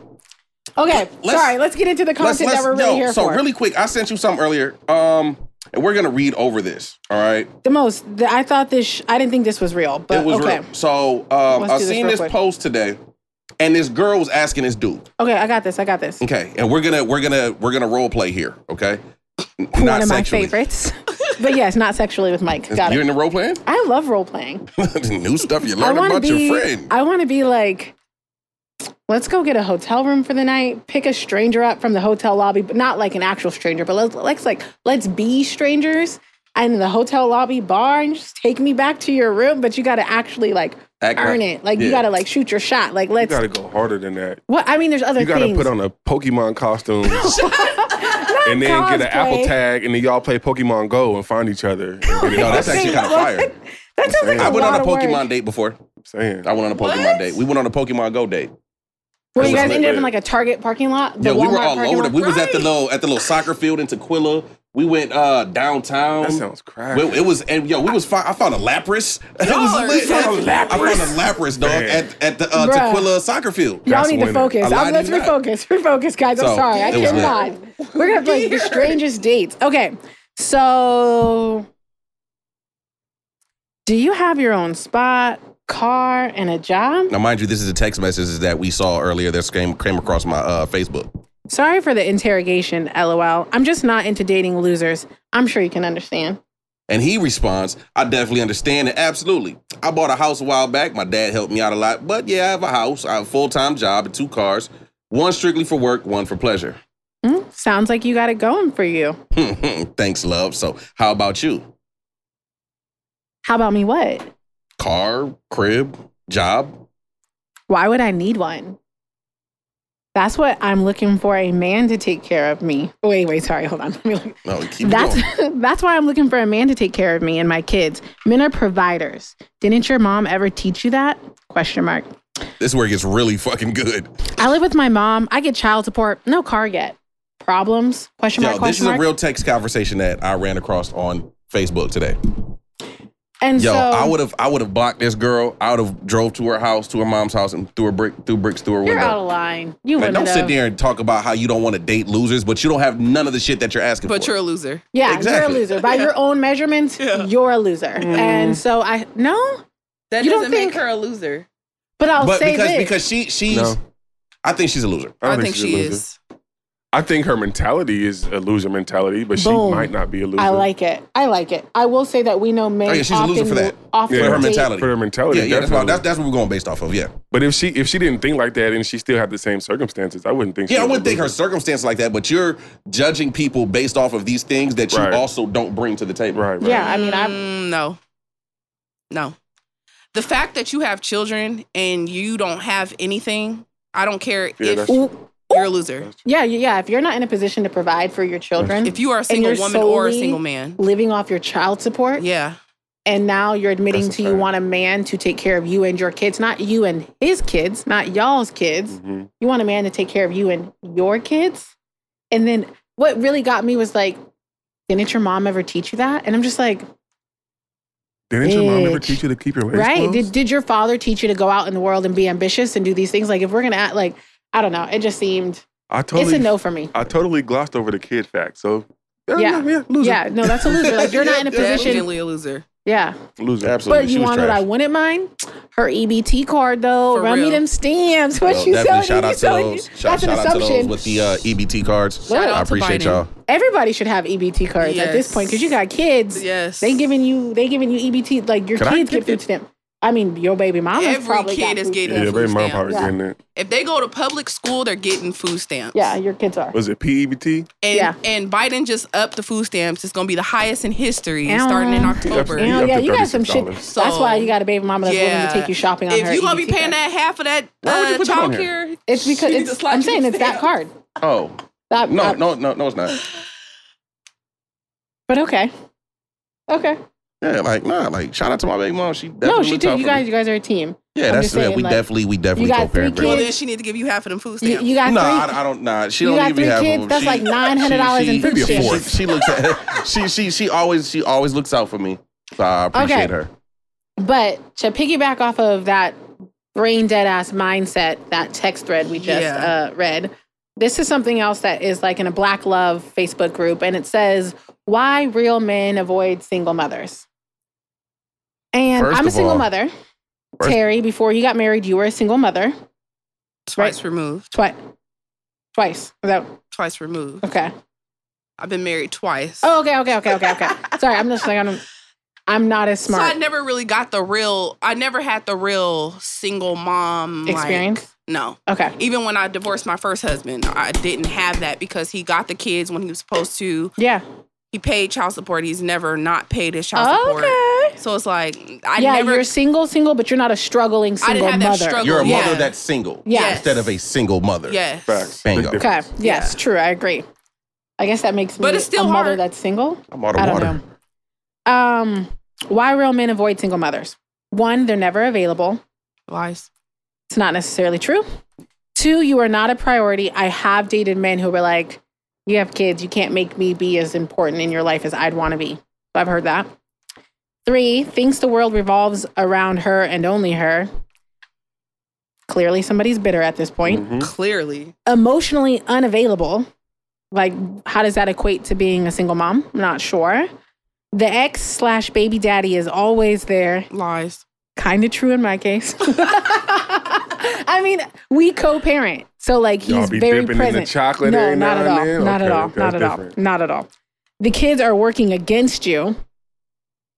S2: Okay.
S3: let's-
S2: Sorry. Let's get into the
S3: let's,
S2: content
S3: let's
S2: that we're really
S3: yo,
S2: here
S3: so
S2: for.
S3: really quick, I sent you something earlier. Um, and we're gonna read over this. All right.
S2: the most. The, I thought this. Sh- I didn't think this was real, but
S3: it was
S2: okay.
S3: real. So um,
S2: Let's
S3: I
S2: do this
S3: seen
S2: real
S3: this
S2: quick.
S3: post today, and this girl was asking this dude.
S2: Okay. I got this. I got this.
S3: Okay, and we're gonna we're gonna we're gonna role play here. Okay. N- Not
S2: One of my
S3: sexually.
S2: favorites. but yes, not sexually with Mike. Got
S3: You're
S2: it.
S3: in the role playing?
S2: I love role playing.
S3: New stuff you
S2: I
S3: learn
S2: want to
S3: about
S2: be.
S3: your friend.
S2: I want to be like. Let's go get a hotel room for the night. Pick a stranger up from the hotel lobby, but not like an actual stranger, but let's, let's like let's be strangers and in the hotel lobby bar and just take me back to your room. But you got to actually like
S3: Act
S2: earn
S3: right.
S2: it. Like you
S3: Yeah.
S2: got to like shoot your shot. Like
S4: You
S2: let's.
S4: gotta go harder than that.
S2: What I mean, there's other
S4: You gotta
S2: things.
S4: put on a Pokemon costume and then get an
S2: cosplay.
S4: Apple tag, and then y'all play Pokemon Go and find each other. And get it
S3: Yo, that's
S4: poppin'.
S3: actually kind of fire.
S2: that sounds like
S4: I
S2: a
S3: I went
S2: lot
S3: on a
S2: of work.
S3: Pokemon date before.
S4: saying.
S3: I went on a Pokemon
S5: What?
S3: date. We went on a Pokemon Go date.
S2: Where you
S4: That
S2: guys
S4: was
S2: ended up in
S4: lit.
S2: like a Target parking lot. The
S3: yeah, we were
S2: Walmart
S3: all
S2: parking
S3: over. the-
S2: lot?
S3: We was at the
S5: Right.
S3: little at the little soccer field in Tequila. We went uh downtown.
S4: That sounds crack.
S3: We- it was and yo, we was fine. I found a Lapras. It was
S5: are-
S3: lit.
S5: You found
S4: a
S3: I found a Lapras dog
S4: Man.
S3: at, at the uh,
S2: Bruh.
S3: Tequila soccer field.
S2: Y'all
S4: That's
S2: need to
S4: winning.
S2: focus.
S3: I lied
S2: I'm, let's
S3: to you not.
S2: refocus. Refocus, guys. I'm
S3: So,
S2: sorry. I
S3: it was lit.
S2: cannot. We're gonna have like the strangest dates. Okay. So do you have your own spot, car, and a job?
S3: Now, mind you, this is the text messages that we saw earlier that came came across my uh, Facebook.
S2: Sorry for the interrogation, lol. I'm just not into dating losers. I'm sure you can understand.
S3: And he responds, I definitely understand it. Absolutely. I bought a house a while back. My dad helped me out a lot. But yeah, I have a house. I have a full time job and two cars. One strictly for work, one for pleasure.
S2: Hmm? Sounds like you got it going for you.
S3: Thanks, love. So, how about you?
S2: How about me? What?
S3: Car, crib, job?
S2: Why would I need one? That's what I'm looking for a man to take care of me. Oh, Wait, wait, sorry, hold on. Let me look.
S3: No, keep it
S2: That's
S3: going.
S2: that's why I'm looking for a man to take care of me and my kids. Men are providers. Didn't your mom ever teach you that? Question mark.
S3: This is where it gets really fucking good.
S2: I live with my mom. I get child support. No car yet. Problems? Question mark.
S3: Yo, this
S2: Question
S3: is a
S2: mark.
S3: real text conversation that I ran across on Facebook today.
S2: and
S3: Yo,
S2: so
S3: I would have I would have blocked this girl. I would have drove to her house, to her mom's house, and threw a brick, threw bricks through her
S2: You're
S3: window.
S2: out of line. You
S3: Like,
S2: wouldn't
S3: don't sit
S2: have.
S3: there and talk about how you don't want to date losers, but you don't have none of the shit that you're asking
S5: But
S3: for.
S5: you're a loser.
S2: Yeah,
S3: Exactly.
S2: you're a loser. By your own measurements,
S5: Yeah.
S2: you're a loser.
S3: Mm.
S2: And so I no,
S5: That
S2: You don't
S5: doesn't make
S2: think-
S5: her a loser.
S2: but I'll
S3: but
S2: say
S3: because
S2: this.
S3: because she she's
S4: No.
S3: I think she's a loser.
S5: I,
S4: don't
S5: think
S4: she's a
S5: she
S4: loser.
S5: is.
S4: I think her mentality is a loser mentality, but
S2: Boom.
S4: she might not be a loser.
S2: I like it. I like it. I will say that we know men.
S3: Oh, yeah, she's a loser
S2: often
S3: for that.
S2: Often
S4: Yeah.
S3: For her
S2: date-
S3: mentality.
S4: for her mentality.
S3: yeah, yeah, that's, why,
S4: Oh, definitely.
S3: that's that's what we're going based off of. Yeah,
S4: but if she if she didn't think like that and she still had the same circumstances, I wouldn't think. she
S3: yeah. I
S4: was a
S3: wouldn't think her
S4: loser.
S3: circumstance like that, but you're judging people based off of these things that you
S4: Right.
S3: also don't bring to the table.
S4: Right. right.
S2: Yeah, I mean, I.
S5: Mm, no, no. The fact that you have children and you don't have anything, I don't care
S4: Yeah,
S5: if
S4: that's-
S5: you're a loser.
S2: Yeah, yeah, yeah. If you're not in a position to provide for your children,
S5: If you are a single
S2: you're
S5: woman or a
S2: solely-
S5: single man,
S2: living off your child support,
S5: yeah,
S2: and now you're admitting
S4: That's a
S2: to you
S4: fact.
S2: want a man to take care of you and your kids, not you and his kids, not y'all's kids.
S3: Mm.
S4: Mhm.
S2: You want a man to take care of you and your kids. And then what really got me was like, didn't your mom ever teach you that? And I'm just like,
S4: Didn't your mom ever
S2: Bitch.
S4: teach you to keep your legs
S2: right?
S4: closed?
S2: Did, did your father teach you to go out in the world and be ambitious and do these things? Like, if we're gonna act like, I don't know, it just seemed
S4: I totally,
S2: it's a no for me.
S4: I totally glossed over the kid fact. So yeah,
S2: Yeah.
S4: yeah, loser,
S2: Yeah, no, that's a loser. Like, you're not in a
S5: Yeah,
S2: position.
S5: definitely a loser.
S2: Yeah,
S4: loser.
S3: Absolutely.
S2: but
S3: she
S2: you
S3: was
S2: want what
S3: trash.
S2: I wouldn't mind? Her EBT card though.
S5: For
S2: Run me
S5: real.
S2: them stamps. What
S3: Well,
S2: you
S3: definitely
S2: selling? You
S3: shout out to
S2: selling-
S3: those. Shout,
S2: That's an
S3: shout out to those
S2: assumption.
S3: with the uh, EBT cards.
S5: Shout
S3: I
S5: out to
S3: appreciate
S5: Biden.
S3: y'all.
S2: Everybody should have EBT cards at this
S5: Yes.
S2: point because you got kids.
S5: Yes.
S2: They giving you they giving you EBT like your
S4: Can I
S2: kids
S4: get
S2: get food
S4: this?
S2: stamp. I mean, your baby mama's
S5: Every
S2: probably
S5: kid
S2: got
S5: is
S2: food
S5: getting
S4: Yeah,
S2: stamps.
S5: food
S4: baby, mom
S5: stamp.
S4: probably
S2: Yeah.
S4: getting it.
S5: If they go to public school, they're getting food stamps.
S2: Yeah, your kids are.
S4: Was it E PEBT?
S5: And,
S2: Yeah.
S5: and Biden just upped the food stamps. It's going to be the highest in history starting in
S2: Ow.
S5: October.
S4: He
S2: Yeah,
S4: upped
S2: yeah,
S4: to
S2: you got some shit.
S4: $36.
S2: that's why you got a baby mama that's willing
S5: Yeah.
S2: to take you shopping on her.
S5: If you going to be
S2: EBT
S5: paying
S2: card.
S5: that half of that
S4: Why would you
S5: uh,
S4: put that on
S5: child
S4: here?
S5: care,
S2: it's because
S5: need to
S2: it's,
S5: slide
S2: I'm
S5: you
S2: saying it's that
S5: down.
S2: card.
S3: Oh
S2: That,
S3: no,
S2: that-
S3: no, no, no, it's not.
S2: but okay, okay.
S3: Yeah, like nah, like shout out to my baby mom. She definitely
S2: No, she
S3: looked
S2: did.
S3: out
S2: You
S3: for me.
S2: guys, you guys are a team.
S3: Yeah,
S2: I'm
S3: that's
S2: just
S3: yeah,
S2: saying,
S3: we
S2: like,
S3: definitely we definitely
S2: you got
S3: co-parent.
S2: three
S5: well,
S3: very
S5: then
S2: kids.
S5: she need to give you half of them food
S2: You,
S5: stamps.
S2: you got
S3: well. Nah,
S2: three.
S3: I, I don't. Nah, she
S2: You
S3: don't
S2: got
S3: even
S2: three
S3: have
S2: kids?
S3: them.
S2: That's
S3: She-
S2: like $900 in
S3: she- she-
S2: food
S3: She,
S2: stamps.
S3: she looks at. She she she always she always looks out for me. So I appreciate
S2: Okay.
S3: her.
S2: But to piggyback off of that brain dead ass mindset, that text thread we just
S5: Yeah.
S2: uh, read, this is something else that is like in a Black Love Facebook group, and it says why real men avoid single mothers. And
S3: First
S2: I'm a
S3: of
S2: single
S3: all-
S2: mother.
S3: First-
S2: Terry, before you got married, you were a single mother.
S5: twice removed.
S2: Twice. Twice. Is that
S5: Twice removed.
S2: okay?
S5: I've been married twice.
S2: Oh, okay, okay, okay, okay, okay. Sorry, I'm just like I'm. I'm not as
S5: So I
S2: smart.
S5: never really got the real. I never had the real single mom like-
S2: Experience?
S5: no,
S2: Okay.
S5: even when I divorced my first husband, I didn't have that because he got the kids when he was supposed to.
S2: Yeah.
S5: He paid child support. He's never not paid his child support.
S2: Okay.
S5: So it's like I
S2: yeah,
S5: never.
S2: you're single, single, but you're not a struggling
S5: I
S2: single
S5: didn't have that
S2: mother.
S5: struggle.
S3: You're a mother
S5: Yeah.
S3: that's single
S2: Yeah.
S3: instead of a single mother.
S5: yes.
S4: Facts.
S3: Bingo.
S4: Big
S2: Okay.
S4: difference.
S2: Yes, true. I agree. I guess that makes me
S5: But it's still
S2: a mother
S5: hard.
S2: that's single.
S3: I'm out of
S2: I don't
S3: water.
S2: know. Um, why real men avoid single mothers? One, they're never available.
S5: Lies.
S2: It's not necessarily true. Two, you are not a priority. I have dated men who were like, "You have kids. You can't make me be as important in your life as I'd want to be." I've heard that. Three, thinks the world revolves around her and only her. Clearly, somebody's bitter at this point.
S4: Mhm.
S5: Clearly,
S2: emotionally unavailable. Like, how does that equate to being a single mom? I'm not sure. The ex slash baby daddy is always there.
S5: lies.
S2: Kind of true in my case. I mean, we co-parent, so like
S4: Y'all
S2: he's
S4: be
S2: very
S4: dipping
S2: present.
S4: in the chocolate
S2: no,
S4: every
S2: not
S4: now
S2: at
S4: and
S2: all.
S4: then?
S2: Not at
S4: Okay,
S2: all.
S4: that's
S2: Not at all.
S4: different.
S2: Not at all. The kids are working against you.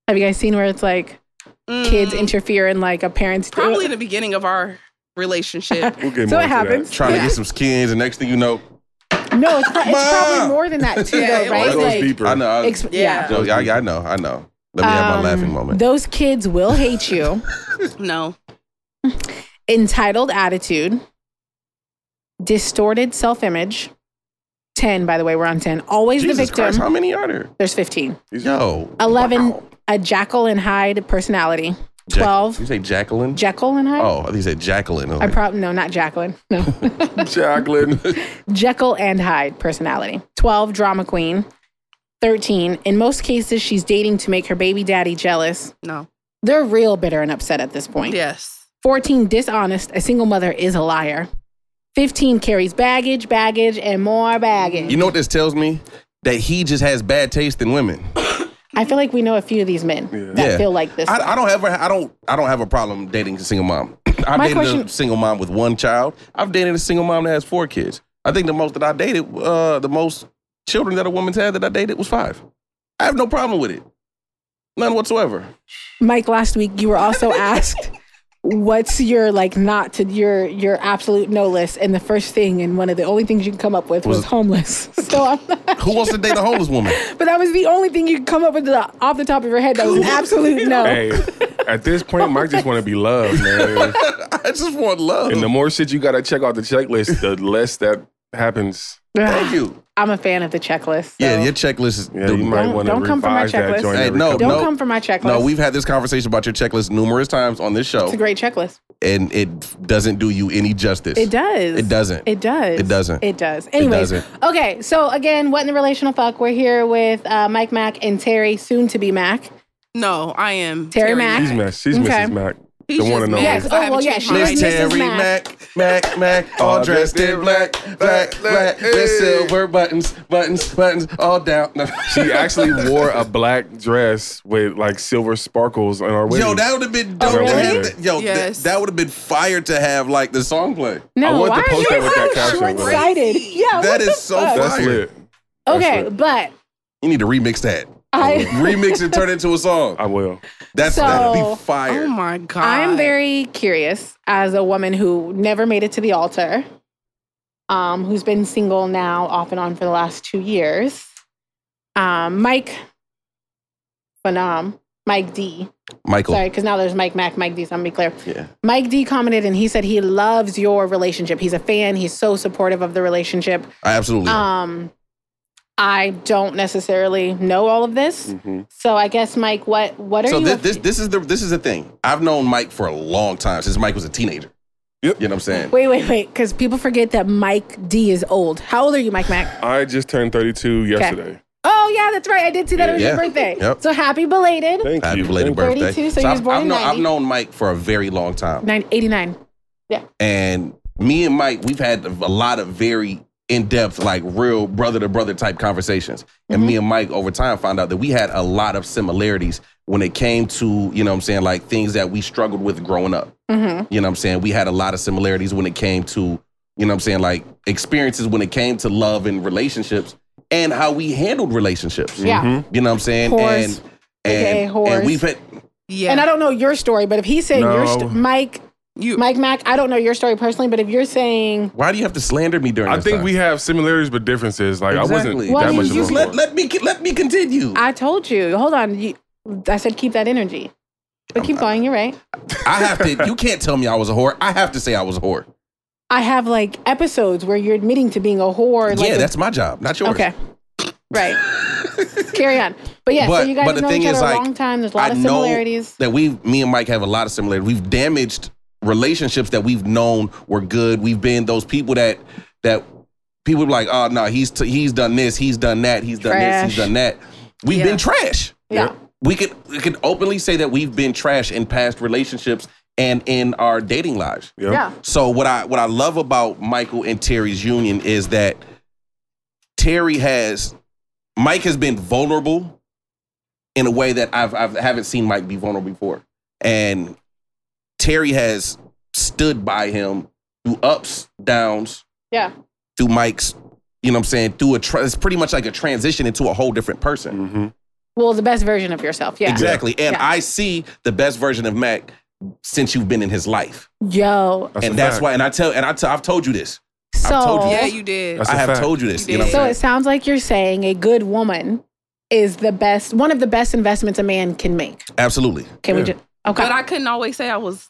S2: Have you guys seen where it's like
S5: Mm,
S2: kids interfere in like a parent's uh,
S5: Probably in the beginning of our relationship.
S4: We'll get
S2: So
S4: more
S2: it
S4: to that.
S2: happens.
S3: Trying to get some skins, and next thing you know,
S2: No, it's, pro- it's
S3: Ma!
S2: probably more than that too,
S5: Yeah,
S2: though,
S5: it
S2: right?
S4: That goes
S2: Like,
S4: deeper.
S3: I know. I,
S2: ex- yeah.
S5: Yeah.
S3: Yo, I, I know. I know. Let me have my
S2: Um,
S3: laughing moment.
S2: Those kids will hate you.
S5: no.
S2: Entitled attitude, distorted self image. 10, by the way, we're on 10. Always the
S3: Jesus
S2: victim.
S3: Christ, how many are there?
S2: There's 15.
S4: These-
S3: Yo,
S2: 11,
S3: wow.
S2: a Jackal and Hyde personality.
S3: Jack-
S2: 12,
S3: you say Jacqueline?
S2: Jekyll and Hyde?
S3: oh, I think you said Jacqueline.
S2: I probably, no, not Jacqueline. No.
S4: Chocolate.
S2: Jekyll and Hyde personality. 12, drama queen. 13, in most cases, she's dating to make her baby daddy jealous.
S5: No.
S2: They're real bitter and upset at this point.
S5: Yes.
S2: 14 dishonest a single mother is a liar 15 carries baggage baggage and more baggage
S3: you know what this tells me? That he just has bad taste in women.
S2: i feel like we know a few of these men that
S3: Yeah.
S2: feel like this
S3: I, I don't ever. I don't. I don't have a problem dating a single mom. I've
S2: My
S3: dated a
S2: question-
S3: single mom with one child. I've dated a single mom that has four kids. I think the most that I dated, uh, the most children that a woman's had that I dated was five. I have no problem with it, none whatsoever.
S2: mike last week you were also asked what's your like not to your your absolute no list and the first thing and one of the only things you can come up with was,
S3: Was-
S2: homeless so i'm not
S3: Who wants to date a homeless woman?
S2: but that was the only thing you could come up with the, off the top of your head that was an absolute no
S4: hey, at this point, Mike just want to be loved, man.
S3: I just want love.
S4: And the more shit you got to check off the checklist, the less that happens.
S3: Thank you.
S2: i'm a fan of the checklist so
S3: Yeah, your checklist is.
S4: Yeah, you might
S2: Don't-
S4: want to
S2: don't come for my
S4: revise that
S2: checklist.
S4: joint.
S3: Hey,
S4: every
S3: no,
S4: couple
S2: don't
S3: no.
S2: come for my checklist
S3: No, we've had this conversation about your checklist numerous times on this show,
S2: it's a great checklist
S3: and it doesn't do you any justice.
S2: it does
S3: It doesn't.
S2: It does.
S3: It doesn't.
S2: It does. Anyways,
S3: doesn't.
S2: okay. So again, what in the relational fuck? We're here with uh, Mike Mack and Terry, soon to be Mac.
S5: No, I am
S2: Terry Mack.
S4: She's Mac. She's
S2: Okay.
S4: Mrs. Mac.
S5: He's
S4: The one
S5: just
S4: and
S5: mad
S4: only.
S5: 'cause
S2: Yeah,
S5: I
S2: oh,
S5: haven't
S2: well, yeah,
S5: changed
S2: she
S5: mine.
S2: is.
S3: Miss Terry
S2: Mac.
S3: Mac, Mac, Mac, all dressed in black, black, black,
S4: Hey.
S3: with silver buttons, buttons, buttons, all down. No.
S4: She actually wore a black dress with like silver sparkles on her wedding.
S3: Yo, that would have been
S2: Oh,
S3: dope to have.
S2: really?
S3: That. Yo, th-
S5: Yes.
S3: that would have been fire to have like the song play.
S2: No,
S4: I want
S2: why
S4: to
S2: are you
S4: post that with that
S2: so
S4: caption. with it.
S2: excited? Yeah,
S3: That
S2: what
S3: is
S2: the
S3: so
S2: fuck?
S3: fun.
S4: That's
S3: Fire.
S4: lit.
S2: Okay,
S4: lit.
S2: but
S3: You need to remix that. Oh,
S2: I
S3: remix and turn it into a song.
S4: I will.
S3: That's
S2: So-
S3: that'd be fire.
S5: Oh my god.
S2: I'm very curious as a woman who never made it to the altar, um, who's been single now off and on for the last two years. Um, Mike Phenom, Mike D.
S3: Michael.
S2: Sorry, because now there's Mike Mac, Mike D, so I'm gonna be clear.
S3: Yeah.
S2: Mike D commented and he said he loves your relationship. He's a fan, he's so supportive of the relationship.
S3: I absolutely. am.
S2: Um, I don't necessarily know all of this.
S3: Mm-hmm.
S4: Mhm.
S2: So I guess Mike, what what are
S3: Mm. so
S2: you
S3: this, this this is the this is the thing. I've known Mike for a long time since Mike was a teenager.
S4: Yep.
S3: You know what I'm saying?
S2: Wait, wait, wait, because people forget that Mike D is old. How old are you, Mike Mac?
S4: I just turned 32 yesterday.
S2: Oh yeah, that's right. I did see that it was
S3: Yeah.
S2: your birthday.
S3: Yep.
S2: So happy belated.
S4: Thank
S3: Happy
S4: you.
S3: belated
S4: Thank you.
S3: birthday.
S2: 32, so he was
S3: I've,
S2: born
S3: I've,
S2: in
S3: known, I've
S2: 90.
S3: known Mike for a very long time.
S2: Nine eighty nine.
S3: And me and Mike, we've had a lot of very in depth, like real brother to brother type conversations.
S2: Mm-hmm.
S3: And me and Mike over time found out that we had a lot of similarities when it came to, you know what I'm saying, like things that we struggled with growing up.
S2: Mm-hmm.
S3: You know what I'm saying? We had a lot of similarities when it came to, you know what I'm saying, like experiences when it came to love and relationships and how we handled relationships.
S2: Yeah.
S4: Mhm.
S3: You know what I'm saying?
S2: Whores.
S3: And
S2: AKA
S3: and,
S2: whores.
S3: and we've had
S5: yeah.
S2: And I don't know your story, but if he's saying your
S4: No.
S2: st- Mike
S5: you
S2: Mike Mac, I don't know your story personally, but if you're saying
S3: why do you have to slander me during
S4: I
S3: this
S4: think
S3: time?
S4: we have similarities but differences. Like I wasn't
S2: Well,
S4: that
S2: you
S4: much of a
S2: just
S3: Just
S4: let,
S3: let, let me let me continue. I,
S2: I told you, hold on, you, I said keep that energy, but keep going. You're right.
S3: have to. You can't tell me I was a whore. I have to say I was a whore.
S2: I have like episodes where you're admitting to being a whore. Like
S3: yeah, that's my job, not yours.
S2: okay. Right. Carry on. But yeah, so
S3: But-
S2: you guys
S3: but the
S2: know
S3: thing
S2: each other
S3: is,
S2: a
S3: like,
S2: long time. There's a lot
S3: I
S2: of
S3: know-
S2: similarities.
S3: That we, me and Mike, have a lot of similarities. We've damaged relationships that we've known were good. We've been those people that that people be like, oh no, he's t- he's done this, he's done that, he's done this,
S2: Trash.
S3: he's done that. We've
S5: Yeah.
S3: been trash.
S2: Yeah.
S3: We could we could openly say that we've been trash in past relationships and in our dating lives.
S4: yeah.
S2: Yeah.
S3: So what I what I love about Michael and Terry's union is that Terry has Mike has been vulnerable in a way that I've I've haven't seen Mike be vulnerable before. And Terry has stood by him through ups, downs,
S2: Yeah.
S3: through Mike's, you know what I'm saying, through a tra- it's pretty much like a transition into a whole different person.
S4: hmm
S2: Well, the best version of yourself. Yeah.
S3: Exactly. And
S2: Yeah.
S3: I see the best version of Mac since you've been in his life.
S2: Yo.
S4: That's a
S3: and that's
S4: fact.
S3: why and I tell and I t- I've told you this.
S2: So,
S3: I've told you.
S5: Yeah, you did.
S4: That's
S3: I
S4: a
S3: have
S4: fact.
S3: told you this. You know what I'm
S5: did.
S2: so
S3: saying?
S2: it sounds like you're saying a good woman is the best, one of the best investments a man can make.
S3: Absolutely.
S2: Can we
S4: Yeah.
S2: just, okay.
S5: But I couldn't always say I was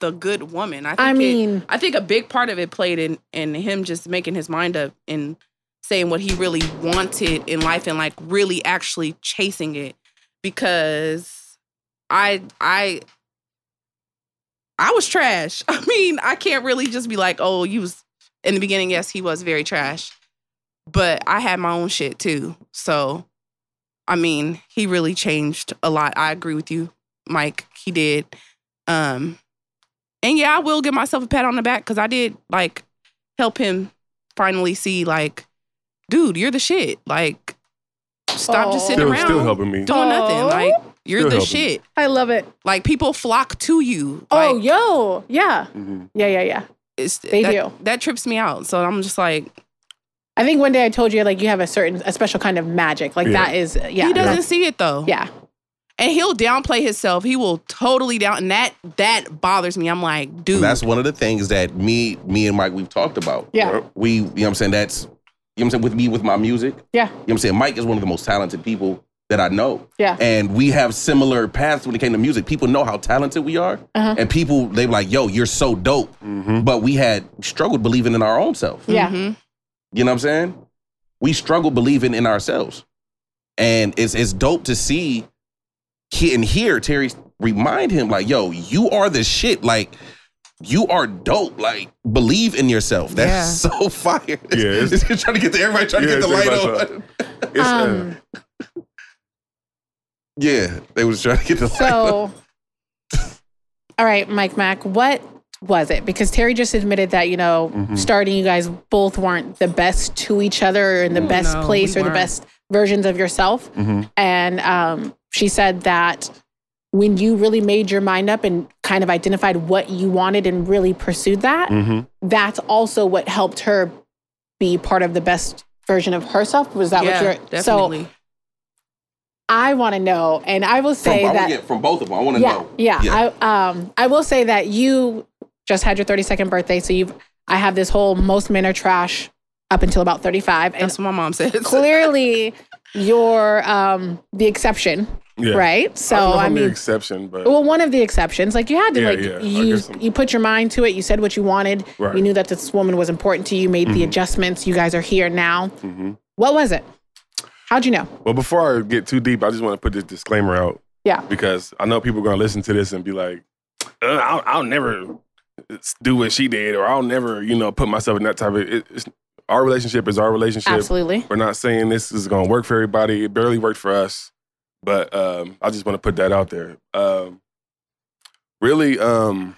S5: the good woman. I think
S2: I
S5: it-
S2: mean-
S5: I think a big part of it played in in him just making his mind up and saying what he really wanted in life and like really actually chasing it because I I I was trash. I mean, I can't really just be like, "Oh, you was in the beginning, yes, he was very trash." But I had my own shit too. So I mean, he really changed a lot. I agree with you, Mike. He did. Um, and yeah, I will give myself a pat on the back because I did like help him finally see like, dude, you're the shit. Like, stop just
S2: Aw.
S5: sitting
S4: Still,
S5: around
S4: still helping me.
S5: doing nothing.
S2: Aw.
S5: Like, you're
S4: Still
S5: the
S4: helping.
S5: shit.
S2: I love it.
S5: Like, people flock to you.
S2: Oh,
S5: Like,
S2: yo. Yeah.
S3: Mm-hmm.
S4: Mhm.
S2: Yeah, yeah, yeah.
S5: it's,
S2: They
S5: that,
S2: do.
S5: That trips me out. So I'm just like,
S2: I think one day I told you like you have a certain a special kind of magic. Like
S4: Yeah.
S2: that is yeah.
S5: he doesn't see it though.
S2: Yeah.
S5: And he'll downplay himself. He will totally down. And that that bothers me. I'm like, dude.
S3: And that's one of the things that me, me and Mike, we've talked about.
S2: Yeah.
S4: Yep.
S3: We, you know what I'm saying? That's, you know what I'm saying? With me, with my music. You know
S2: Yeah.
S3: what I'm saying? Mike is one of the most talented people that I know.
S2: Yeah.
S3: And we have similar paths when it came to music. People know how talented we are.
S2: Uh-huh.
S3: And people, they like, yo, you're so dope.
S4: Mhm.
S3: But we had struggled believing in our own self.
S2: Yeah.
S5: Mhm.
S3: You know what I'm saying? We struggle believing in ourselves. And it's it's dope to see he and hear Terry remind him, like, yo, you are the shit. Like, you are dope. Like, believe in yourself. That's so fire. Yeah.
S4: it's-
S3: trying to get the everybody trying
S4: Yeah,
S3: to get the
S5: Mm-hmm.
S4: it's
S3: light
S4: uh, everybody's
S3: on.
S4: It's, uh,
S2: Um,
S3: Yeah, they was trying to get the light.
S2: So, all right, Mike Mac, what was it? Because Terry just admitted that, you know,
S4: Mhm.
S2: starting you guys both weren't the best to each other or in the
S5: Mm,
S2: best
S5: no,
S2: place
S5: we
S2: or the
S5: weren't.
S2: best versions of yourself.
S4: Mm-hmm.
S2: And um, she said that when you really made your mind up and kind of identified what you wanted and really pursued that,
S4: Mm-hmm.
S2: that's also what helped her be part of the best version of herself. Was that
S5: yeah,
S2: what you're so
S5: definitely.
S2: I wanna know and I will
S3: From,
S2: say
S3: I wanna
S2: that
S3: get from both of them. I want to
S2: yeah,
S3: know.
S2: Yeah, I um I will say that you just had your 32nd birthday, so you've I have this whole most men are trash up until about 35 and
S5: That's what my mom says.
S2: clearly you're um the exception,
S4: Yeah.
S2: right?
S4: I
S2: So
S4: don't know if
S2: I
S4: I'm the
S2: mean
S4: exception, but
S2: well, one of the exceptions, like you had to,
S4: Yeah,
S2: like
S4: yeah, I
S2: you,
S4: guess I'm-
S2: you put your mind to it. You said what you wanted.
S4: Right. Mm-hmm.
S2: You knew that this woman was important to you. Made the adjustments. You guys are here now.
S4: Mhm.
S2: What was it? How'd you know?
S4: well, before I get too deep, I just want to put this disclaimer out
S2: Yeah.
S4: because I know people are going to listen to this and be like, "Uh, I'll, "I'll never do what she did," or "I'll never, you know, put myself in that type of." It, it's, our relationship is our relationship.
S2: Absolutely.
S4: We're not saying this is going to work for everybody. It barely worked for us, but um, I just want to put that out there. Um, really, um,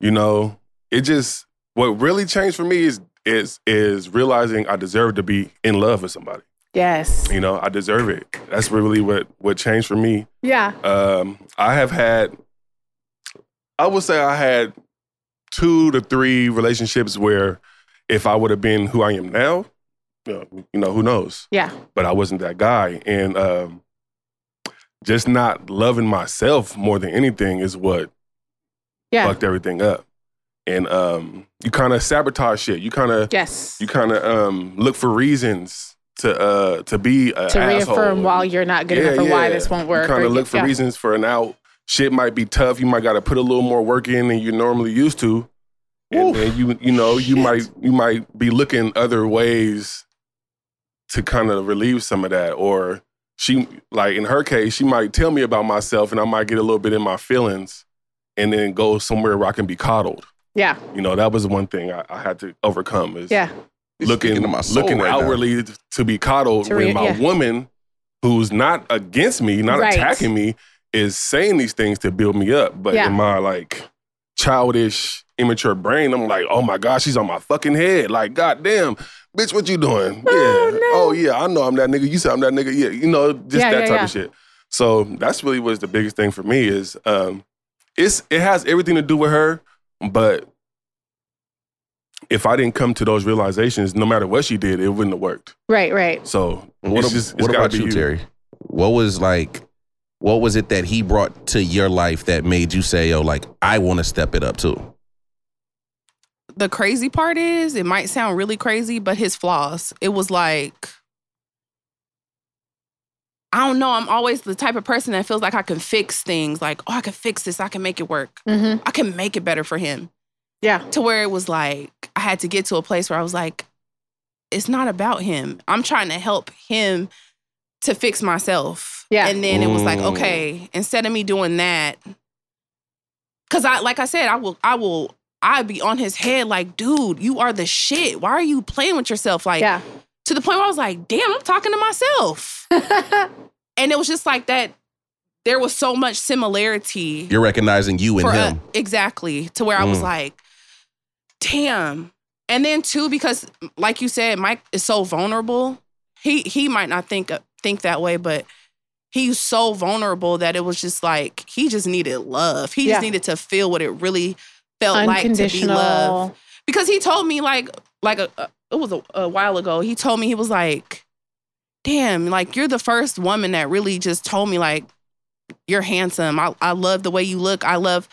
S4: you know, it just what really changed for me is is is realizing I deserve to be in love with somebody.
S2: Yes.
S4: You know, I deserve it. That's really what what changed for me.
S2: Yeah.
S4: Um, I have had, I would say I had two to three relationships where if I would have been who I am now, you know, you know, who knows?
S2: Yeah.
S4: But I wasn't that guy. And um, just not loving myself more than anything is what
S2: Yeah.
S4: fucked everything up. And um, you kind of sabotage shit. You kind of
S2: Yes.
S4: you kind of um, look for reasons to uh, to be a
S2: to
S4: asshole.
S2: reaffirm while you're not good enough or why this won't work.
S4: You kind
S2: or-
S4: of look for
S2: yeah.
S4: reasons for an out. Shit might be tough. You might got to put a little more work in than you normally used to, and then you you know you might you might be looking other ways to kind of relieve some of that. Or she like in her case, she might tell me about myself, and I might get a little bit in my feelings, and then go somewhere where I can be coddled.
S2: Yeah.
S4: You know that was one thing I, I had to overcome. Is
S2: Yeah.
S3: He's
S4: looking
S3: speaking to my soul
S4: looking
S3: right now.
S4: outwardly to be coddled
S2: To re-
S4: when my
S2: yeah.
S4: woman, who's not against me, not
S2: Right.
S4: attacking me, is saying these things to build me up. But
S2: Yeah.
S4: in my like childish, immature brain, I'm like, oh my gosh, she's on my fucking head. Like, goddamn, bitch, what you doing? yeah. Oh yeah, I know I'm that nigga. You said I'm that nigga. Yeah, you know, just
S2: Yeah,
S4: that
S2: yeah,
S4: type
S2: yeah.
S4: of shit. So that's really was the biggest thing for me is um it's it has everything to do with her, but if I didn't come to those realizations, no matter what she did, it wouldn't have worked.
S2: Right. Right.
S4: So
S3: What,
S4: it's
S3: ab-
S4: just, it's
S3: Mm-hmm. what
S4: gotta
S3: about
S4: be
S3: you, Terry? What was like? What was it that he brought to your life that made you say, "Yo, like I want to step it up too"?
S5: the crazy part is it might sound really crazy, but his flaws. It was like I don't know. I'm always the type of person that feels like I can fix things. Like, oh, I can fix this. I can make it work.
S2: hmm
S5: I can make it better for him.
S2: Yeah.
S5: To where it was like I had to get to a place where I was like, it's not about him. I'm trying to help him to fix myself.
S2: Yeah.
S5: And then it was like,
S3: Mm.
S5: okay, instead of me doing that, because I like I said, I will, I will, I'd be on his head like, dude, you are the shit. Why are you playing with yourself? Like
S2: Yeah.
S5: to the point where I was like, damn, I'm talking to myself. and it was just like that. There was so much similarity
S3: You're recognizing you in
S5: for us-
S3: him.
S5: exactly to where I was
S3: Mm.
S5: like, damn. And then too, because like you said, Mike is so vulnerable. He he might not think uh, think that way, but he's so vulnerable that it was just like he just needed love. He
S2: Yeah.
S5: just needed to feel what it really felt like to be
S2: Unconditional.
S5: loved because he told me like like a, a- it was a, a while ago. He told me he was like, "Damn, like you're the first woman that really just told me like you're handsome. I I love the way you look. I love."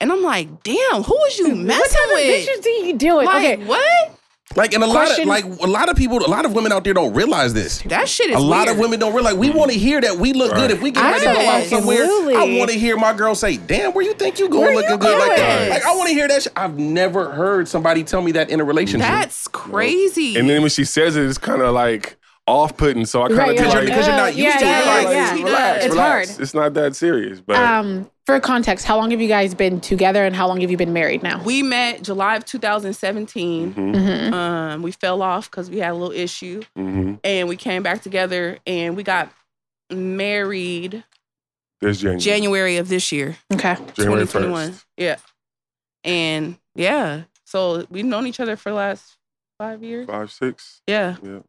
S5: And I'm like, "Damn, who was you
S2: what
S5: messing
S2: type of
S5: with?"
S2: bitches do you do it?
S5: Like
S2: okay.
S5: what?
S3: Like, and a
S2: Question-
S3: lot of like a lot of people, a lot of women out there don't realize this.
S5: That shit is
S3: A lot of
S5: weird.
S3: women don't realize we want to hear that we look
S4: Right.
S3: good. If we get ready to go out somewhere, I
S2: Absolutely.
S3: want to hear my girl say, "Damn, where you think you going
S2: Where you
S3: looking good like that?"
S5: going?
S3: Like I want to hear that. Sh- I've never heard somebody tell me that in a relationship.
S5: That's crazy.
S4: And then when she says it, it's kind of like off putting. So I kind
S2: Right,
S4: of
S2: you're
S4: feel
S3: because
S4: like,
S3: you're, because you're not
S2: Yeah,
S3: used to
S2: yeah,
S3: it.
S2: yeah,
S4: relax,
S2: yeah.
S4: relax,
S5: It's
S4: relax.
S2: hard.
S4: It's not that serious, but
S2: Um, For context, how long have you guys been together and how long have you been married now?
S5: We met July of 2017.
S4: Mm-hmm.
S2: hmm
S5: Um, we fell off because we had a little issue,
S4: Mm-hmm.
S5: and we came back together, and we got married
S4: There's January.
S5: January of this year,
S2: Okay.
S4: January
S5: 2021.
S4: 1st.
S5: Yeah, and yeah, so we've known each other for the last five years.
S4: Five, six.
S5: Yeah.
S4: Yeah.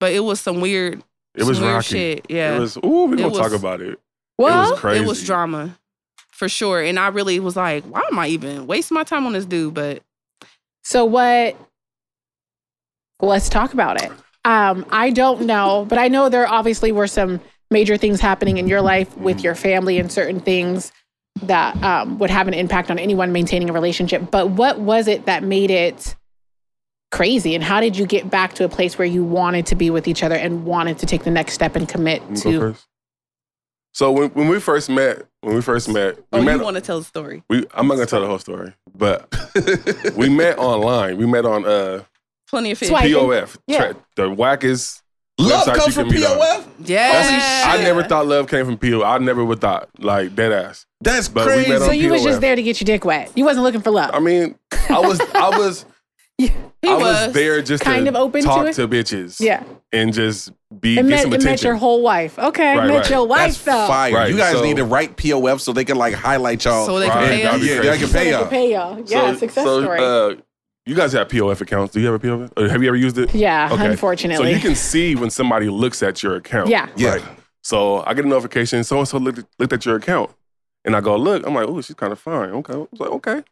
S5: But it was some weird,
S4: It was
S5: some weird
S4: rocky.
S5: shit. Yeah.
S4: It was, ooh, we're
S5: It
S4: going to talk
S5: was-
S4: about it.
S2: Well,
S4: it was crazy.
S5: It was drama for sure. And I really was like, why am I even wasting my time on this dude? But
S2: So what? Let's talk about it. Um, I don't know, but I know there obviously were some major things happening in your life with your family and certain things that um, would have an impact on anyone maintaining a relationship. But what was it that made it crazy, and how did you get back to a place where you wanted to be with each other and wanted to take the next step and commit
S4: You wanna go
S2: to?
S4: first? So when, when we first met, when we first met, we
S5: oh,
S4: met
S5: you want to tell the story?
S4: we, I'm not gonna tell the whole story, but we met online. We met on uh,
S5: Plenty of fish.
S2: Swipe.
S4: POF,
S2: Yeah.
S4: tra- the wackest.
S3: Love
S4: Website you
S3: comes from
S4: can meet on.
S3: POF.
S5: Yeah.
S4: I never thought love came from PO. I never would thought like dead ass.
S3: That's
S4: But we
S3: crazy.
S4: met
S2: So
S4: on-
S2: you was just
S4: POF.
S2: there to get your dick wet. You wasn't looking for love.
S4: I mean, I was I was
S5: he
S4: I
S5: was.
S4: was there just
S2: Kind
S4: to
S2: of open to
S4: talk
S2: it?
S4: to, bitches,
S2: yeah,
S4: and just be
S2: it
S4: get
S2: met,
S4: some
S2: it
S4: attention.
S2: met your whole wife. Okay,
S4: Right,
S2: met
S4: right.
S2: your wife
S3: That's
S2: though.
S3: fire.
S4: Right,
S3: you guys
S4: so-
S3: need to write POF so they can like highlight y'all.
S5: So they
S4: Right,
S5: can pay
S4: that'd
S5: us.
S4: be
S3: yeah,
S4: crazy.
S3: they can pay
S2: So they
S3: y'all.
S2: could pay y'all. Yeah, success
S4: so,
S2: story.
S4: Uh, you guys have POF accounts. Do you have a POF? Or have you ever used it?
S2: yeah,
S4: okay. So
S2: unfortunately.
S4: you can see when somebody looks at your account.
S2: yeah.
S3: Yeah.
S4: Right. So I get a notification. So and so looked looked at your account, and I go look. I'm like, oh, she's kind of fine. Okay. I was like, okay.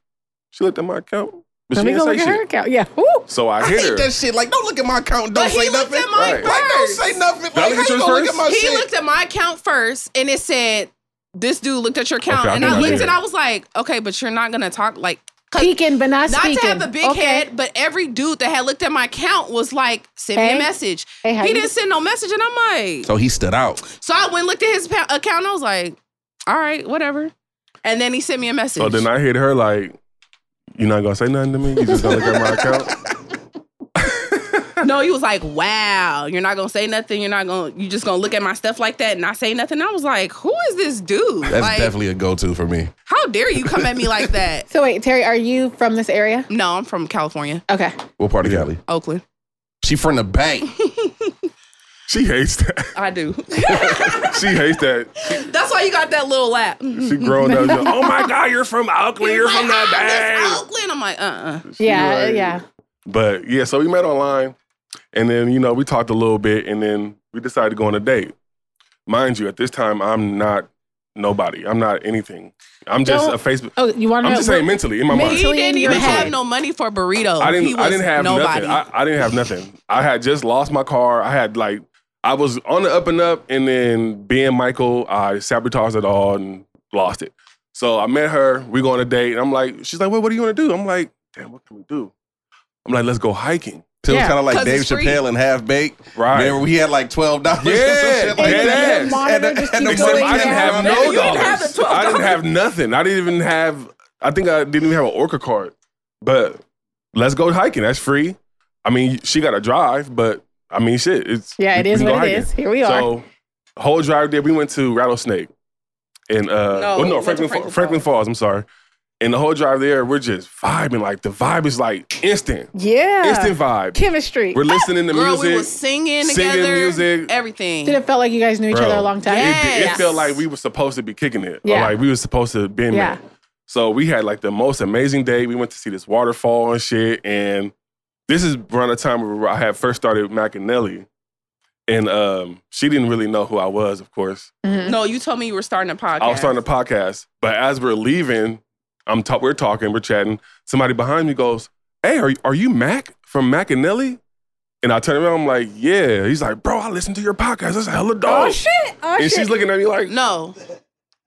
S4: She looked at my account, but
S2: Let
S4: she
S2: me
S4: didn't
S2: go
S4: say
S2: look at
S4: shit.
S2: her account. Yeah. Woo.
S4: So I
S3: I
S4: hit
S3: hate
S4: her.
S3: that shit. Like, don't look at my account. Don't
S5: But
S3: say
S5: he looked
S3: nothing.
S5: at mine
S4: Right.
S3: Like, don't
S5: first.
S3: say nothing.
S4: I
S3: Like,
S4: look at
S3: how you
S4: yours
S3: gonna look
S4: first?
S3: at my
S5: he
S3: shit?
S5: looked at my account first and it said, this dude looked at your account.
S4: Okay, I
S5: and
S4: think
S5: I
S4: I
S5: looked
S4: did.
S5: and I was like, okay, but you're not going to talk like, 'cause
S2: Speaking, but not,
S5: not
S2: speaking.
S5: to have a big
S2: Okay.
S5: head, but every dude that had looked at my account was like, send me
S2: Hey.
S5: a message.
S2: Hey, how
S5: he
S2: you-
S5: didn't send no message, and I'm like, so,
S3: so he stood out.
S5: I went and looked at his pa- account, and I was like, all right, whatever. And then he sent me a message.
S4: So then I hit her like, you're not gonna say nothing to me. You just gonna look at my account.
S5: no, he was like, wow, you're not gonna say nothing. You're not gonna, you just gonna look at my stuff like that and not say nothing. I was like, who is this dude?
S3: That's
S5: like,
S3: definitely a go-to for me.
S5: how dare you come at me like that?
S2: So wait, Terry, are you from this area?
S5: No, I'm from California,
S2: Okay.
S3: What part of
S4: Yeah.
S3: Cali?
S5: Oakland.
S3: She from the bank.
S4: She hates that.
S5: I do.
S4: She hates that.
S5: That's why you got that little lap. He's
S4: She grown up. she's like, oh my god, you're from Oakland. You're
S5: like,
S4: from the
S5: "Ah, this
S4: Bay.
S5: Oakland. I'm like, uh uh
S4: She
S2: Yeah,
S4: like-
S2: yeah.
S4: But yeah, so we met online, and then you know we talked a little bit, and then we decided to go on a date. Mind you, at this time I'm not nobody. I'm not anything. I'm just
S2: Don't-
S4: a Facebook.
S2: Oh, you want to
S4: I'm
S2: know?
S4: just saying mentally in my
S5: He
S4: mind.
S2: Mentally in
S5: didn't
S2: your
S5: even
S4: head.
S5: have no money for burritos.
S4: I didn't.
S5: He
S4: I
S5: was
S4: didn't have
S5: nobody.
S4: nothing. I, I didn't have nothing. I had just lost my car. I had like I was on the up and up, and then being Michael, I sabotaged it all and lost it. So I met her. We go on a date, and I'm like, she's like, well, what do you want to do? I'm like, damn, what can we do? I'm like, let's go hiking.
S3: So
S2: Yeah,
S3: it's kind of like
S5: 'cause
S3: Dave
S5: it's free.
S3: Chappelle and Half Baked.
S4: Right.
S3: Remember, we had like twelve dollars.
S4: Yeah,
S3: shit
S4: and
S3: like
S4: then
S3: that.
S4: the
S2: monitor just
S3: and
S2: keeps
S3: the
S2: going
S4: Except
S3: money
S4: I didn't
S3: kept
S4: have
S3: going
S4: no
S3: down.
S5: You didn't have
S4: dollars.
S5: the $12.
S4: I didn't have nothing. I didn't even have. I think I didn't even have an Orca card. But let's go hiking. That's free. I mean, she got to drive, but I mean, shit. It's
S2: Yeah, it
S4: we
S2: is
S4: can go
S2: what it
S4: hiking.
S2: is. Here we are.
S4: So whole drive there, we went to Rattlesnake, and uh,
S5: No,
S4: well,
S5: we
S4: no Franklin,
S5: went to Franklin
S4: Franklin, Franklin
S5: Falls.
S4: Falls. I'm sorry. And the whole drive there, we're just vibing. Like the vibe is like instant,
S2: yeah.
S4: instant vibe.
S2: Chemistry.
S4: We're listening to
S5: Girl,
S4: music.
S5: we was singing
S4: singing
S5: together.
S4: music.
S5: Everything.
S2: Did it felt like you guys knew each
S4: Bro.
S2: other a long time?
S5: Yeah.
S4: It, it
S5: Yes.
S4: felt like we were supposed to be kicking it.
S2: Yeah.
S4: Or like we were supposed to be in
S2: Yeah.
S4: there. So we had like the most amazing day. We went to see this waterfall and shit. And this is around the time where I had first started Macinelli. And um, she didn't really know who I was, of course.
S2: Mhm.
S5: no, you told me you were starting a podcast.
S4: I was starting a podcast. But as we're leaving, I'm ta- we're talking, we're chatting. Somebody behind me goes, Hey, are, are you Mac from Macinelli? And I turn around, I'm like, Yeah. He's like, Bro, I listen to your podcast. That's hella
S2: Oh,
S4: dog.
S2: shit. Oh,
S4: and
S2: shit.
S4: she's looking at me like,
S5: No,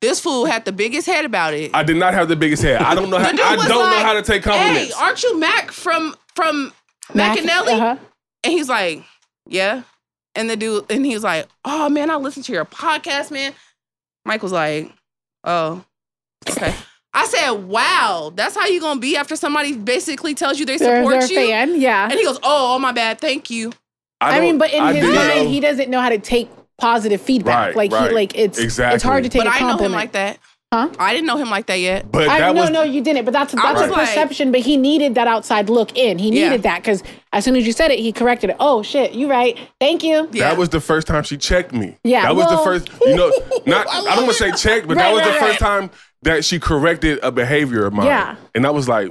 S5: this fool had the biggest head about it.
S4: I did not have the biggest head. I don't know. How,
S5: The dude
S4: I
S5: was
S4: don't know
S5: like,
S4: how to take
S5: hey,
S4: compliments.
S5: aren't you Mac from from
S2: Mac-
S5: Macinelli?
S2: uh-huh.
S5: And he's like, yeah. And the dude, and he's like, oh man, I listened to your podcast, man. Michael's like, oh, okay. I said, wow, that's how you gonna be after somebody basically tells you they
S2: They're,
S5: support
S2: they're a
S5: you.
S2: fan. Yeah.
S5: And he goes, oh, oh my bad, thank you.
S2: I,
S4: don't-
S2: mean, but in
S4: I
S2: his
S4: didn't
S2: mind,
S4: know-
S2: he doesn't know how to take positive feedback. like
S4: Right, right.
S2: he like it's it's
S4: Exactly.
S2: hard to take
S5: but
S2: a
S5: I know
S2: compliment.
S5: him like that.
S2: Huh?
S5: I didn't know him like that yet.
S4: But
S2: I,
S4: that
S2: no,
S4: was
S2: no, you didn't. But that's
S5: I
S2: that's a
S5: was like-
S2: perception. But he needed that outside look in. He
S5: Yeah.
S2: needed that because as soon as you said it, he corrected it. Oh shit, you right. Thank you.
S5: Yeah.
S4: That was the first time she checked me.
S2: Yeah,
S4: That was
S2: well-
S4: the first, you know, not, I, don't want to say checked, but that
S2: Right,
S4: was the
S2: right,
S4: first time that she corrected a behavior of mine.
S2: Yeah.
S4: And I was like,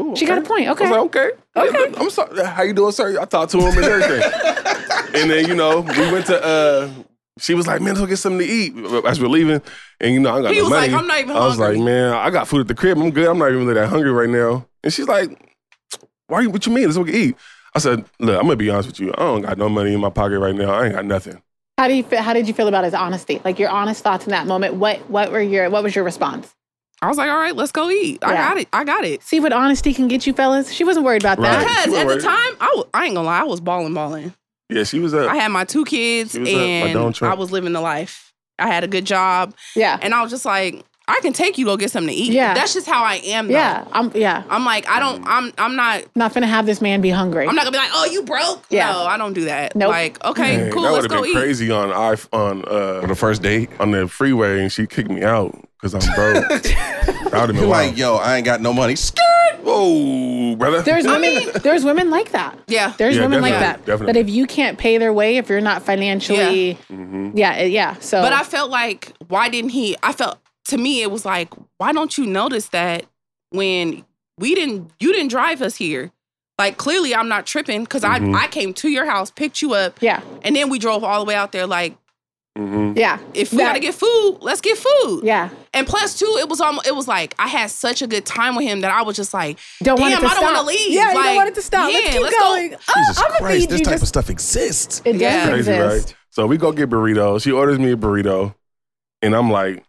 S4: Ooh,
S2: She got a point.
S4: I
S2: Okay.
S4: was like, okay. Yeah, I'm sorry. How you doing, sir? I talked to him and everything. and then, you know, we went to, uh, she was like, man, let's go get something to eat as we're leaving. And, you know, I got
S5: He
S4: no
S5: was
S4: money.
S5: like, "I'm not even
S4: I was
S5: hungry."
S4: like, man, I got food at the crib. I'm good. I'm not even really that hungry right now. And she's like, why you, what you mean? Let's go get eat. I said, look, I'm going to be honest with you. I don't got no money in my pocket right now. I ain't got nothing.
S2: How do you feel, how did you feel about his honesty? Like your honest thoughts in that moment. What what were your what was your response?
S5: I was like, all right, let's go eat. I
S2: Yeah.
S5: got it. I got it.
S2: See what honesty can get you, fellas. She wasn't worried about that.
S4: Right.
S5: Because
S4: You
S5: at
S4: were
S5: the time, I, wa- I ain't gonna lie, I was balling, balling.
S4: Yeah, she was up.
S5: I had my two kids
S4: She was a- my Donald
S5: and
S4: Trump.
S5: I was living the life. I had a good job,
S2: Yeah.
S5: and I was just like, I can take you to go get something to eat.
S2: Yeah.
S5: that's just how I am. Though.
S2: yeah. I'm yeah.
S5: I'm like, I don't. I'm. I'm not.
S2: Not gonna have this man be hungry.
S5: I'm not gonna be like, oh, you broke.
S2: Yeah.
S5: No, I don't do that.
S2: Nope.
S5: Like, okay,
S4: Man,
S5: cool,
S4: that
S5: let's
S4: would've
S5: go
S4: been
S5: eat.
S4: crazy on I on uh
S3: on the first date.
S4: on the freeway, and she kicked me out because I'm broke. that would have been
S3: You're
S4: like,
S3: like, yo, I ain't got no money. Skirt.
S4: whoa, brother.
S2: There's I mean, there's women like that.
S5: Yeah.
S2: There's
S4: Yeah,
S2: women like that. But
S4: definitely, definitely.
S2: if you can't pay their way, if you're not financially, yeah,
S4: Mm-hmm,
S2: yeah, So,
S5: But I felt like, why didn't he? I felt to me, it was like, why don't you notice that when we didn't, you didn't drive us here. Like clearly, I'm not tripping because
S2: Mm-hmm.
S4: Mhm.
S5: I I came to your house, picked you up,
S2: yeah,
S5: and then we drove all the way out there. Like,
S4: Mhm.
S2: yeah,
S5: if we
S2: That-
S5: gotta get food, let's get food.
S2: yeah.
S5: And plus, too, it was almost it was like I had such a good time with him that I was just like,
S2: Don't want it
S5: Damn,
S2: to
S5: I don't
S2: stop.
S5: wanna leave.
S2: Yeah, you don't
S5: Like,
S2: want it to stop.
S5: yeah,
S2: let's keep
S5: let's go.
S2: going. Oh,
S3: Jesus
S2: I'm gonna
S3: Christ,
S2: feed
S3: this
S2: you.
S3: type
S2: Just,
S3: of stuff exists.
S2: it does
S5: Yeah.
S4: crazy,
S2: exist.
S4: right? So we go get burritos. She orders me a burrito, and I'm like,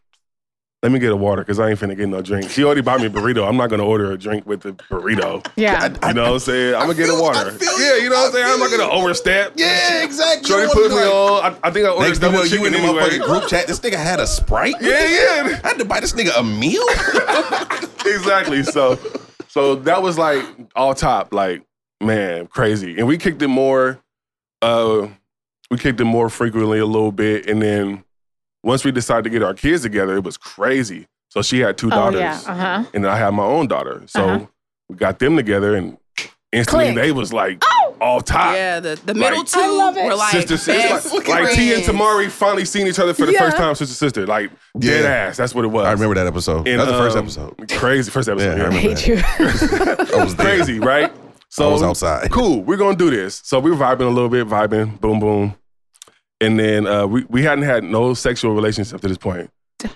S4: let me get a water because I ain't finna get no drink. She already bought me a burrito. I'm not gonna order a drink with the burrito.
S2: Yeah,
S4: You know what I'm saying? I'm gonna get a
S3: feel-
S4: water.
S3: I feel
S4: Yeah,
S3: you.
S4: you know what
S3: I
S4: I'm saying? I'm not
S3: feel
S4: gonna
S3: you.
S4: overstep.
S3: Yeah, exactly. You
S4: Shorty
S3: don't
S4: put me
S3: wanna, like-
S4: on. I, I think I ordered
S3: Next thing you
S4: double
S3: know, you
S4: chicken
S3: in the
S4: anyway.
S3: motherfucking group chat. This nigga had a sprite.
S4: Yeah, yeah.
S3: I had to buy this nigga a meal.
S4: exactly. So, so that was like all top, like man, crazy. And we kicked it more. Uh, we kicked it more frequently a little bit, and then once we decided to get our kids together, it was crazy. So she had two
S2: oh
S4: daughters,
S2: yeah, uh huh.
S4: and then I had my own daughter. So
S2: Uh-huh.
S4: we got them together, and instantly
S2: Clicked.
S4: they was like
S2: Oh!
S4: all top.
S5: yeah, the, the middle
S4: Like-
S5: two
S2: I love it.
S5: were like
S4: Ah. Sister,
S5: best
S4: sister, like, like T and
S5: friends.
S4: Tamari finally seen each other for the
S2: Yeah.
S4: first time, sister, sister, like dead
S3: Yeah.
S4: ass. That's what it was.
S3: I remember that episode.
S4: And,
S3: That's the first
S4: um,
S3: episode.
S4: Crazy first
S3: Yeah, I
S4: episode. yeah.
S3: remember
S2: Hate you.
S3: I was there.
S4: crazy, right? So
S3: I was outside.
S4: Cool. We're gonna do this. So we were vibing a little bit, vibing, boom, boom, and then uh, we we hadn't had no sexual relations up to this point.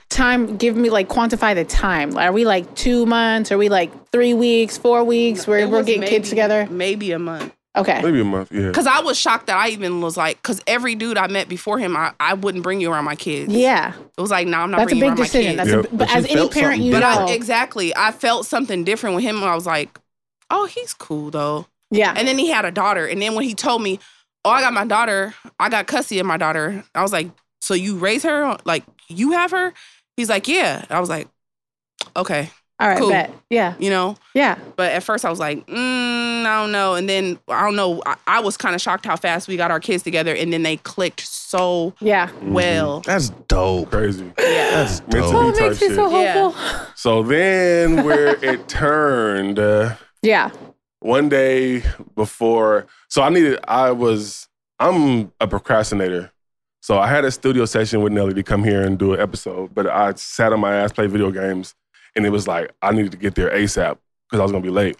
S2: time. Give me like quantify the time. Are we like two months? Are we like three weeks? Four weeks?
S5: It
S2: We're we're
S5: was
S2: getting
S5: maybe-
S2: kids together.
S5: maybe a month.
S2: Okay.
S4: Maybe a month. Yeah.
S5: Cause I was shocked that I even was like, cause every dude I met before him, I, I wouldn't bring you around my kids.
S2: Yeah,
S5: It was like, no, I'm not
S2: that's a
S5: bringing you
S2: big
S5: around
S2: decision.
S5: my
S2: That's
S5: kids.
S2: a, but,
S4: Yeah,
S3: but
S2: as
S3: you
S2: any
S3: felt
S2: parent,
S3: something
S2: you
S5: but
S2: know.
S5: I, exactly, I felt something different with him. and I was like, oh, he's cool though.
S2: yeah,
S5: And then he had a daughter. And then when he told me, oh, I got my daughter, I got custody of my daughter. I was like, so you raise her? Like you have her? He's like, yeah. I was like, okay,
S2: all right,
S5: cool.
S2: bet. Yeah,
S5: you know.
S2: yeah.
S5: But at first I was like, mm, I don't know. And then I don't know. I, I was kind of shocked how fast we got our kids together, and then they clicked so
S2: Yeah.
S4: Mm-hmm.
S5: well.
S3: That's dope.
S4: Crazy.
S5: Yeah.
S3: That's
S4: Meant to
S3: dope.
S4: be. type shit.
S5: Yeah.
S4: So then where it turned uh,
S2: Yeah.
S4: one day before. So I needed. I was. I'm a procrastinator. So I had a studio session with Nelly to come here and do an episode, but I sat on my ass, played video games, and it was like I needed to get there ASAP because I was gonna be late.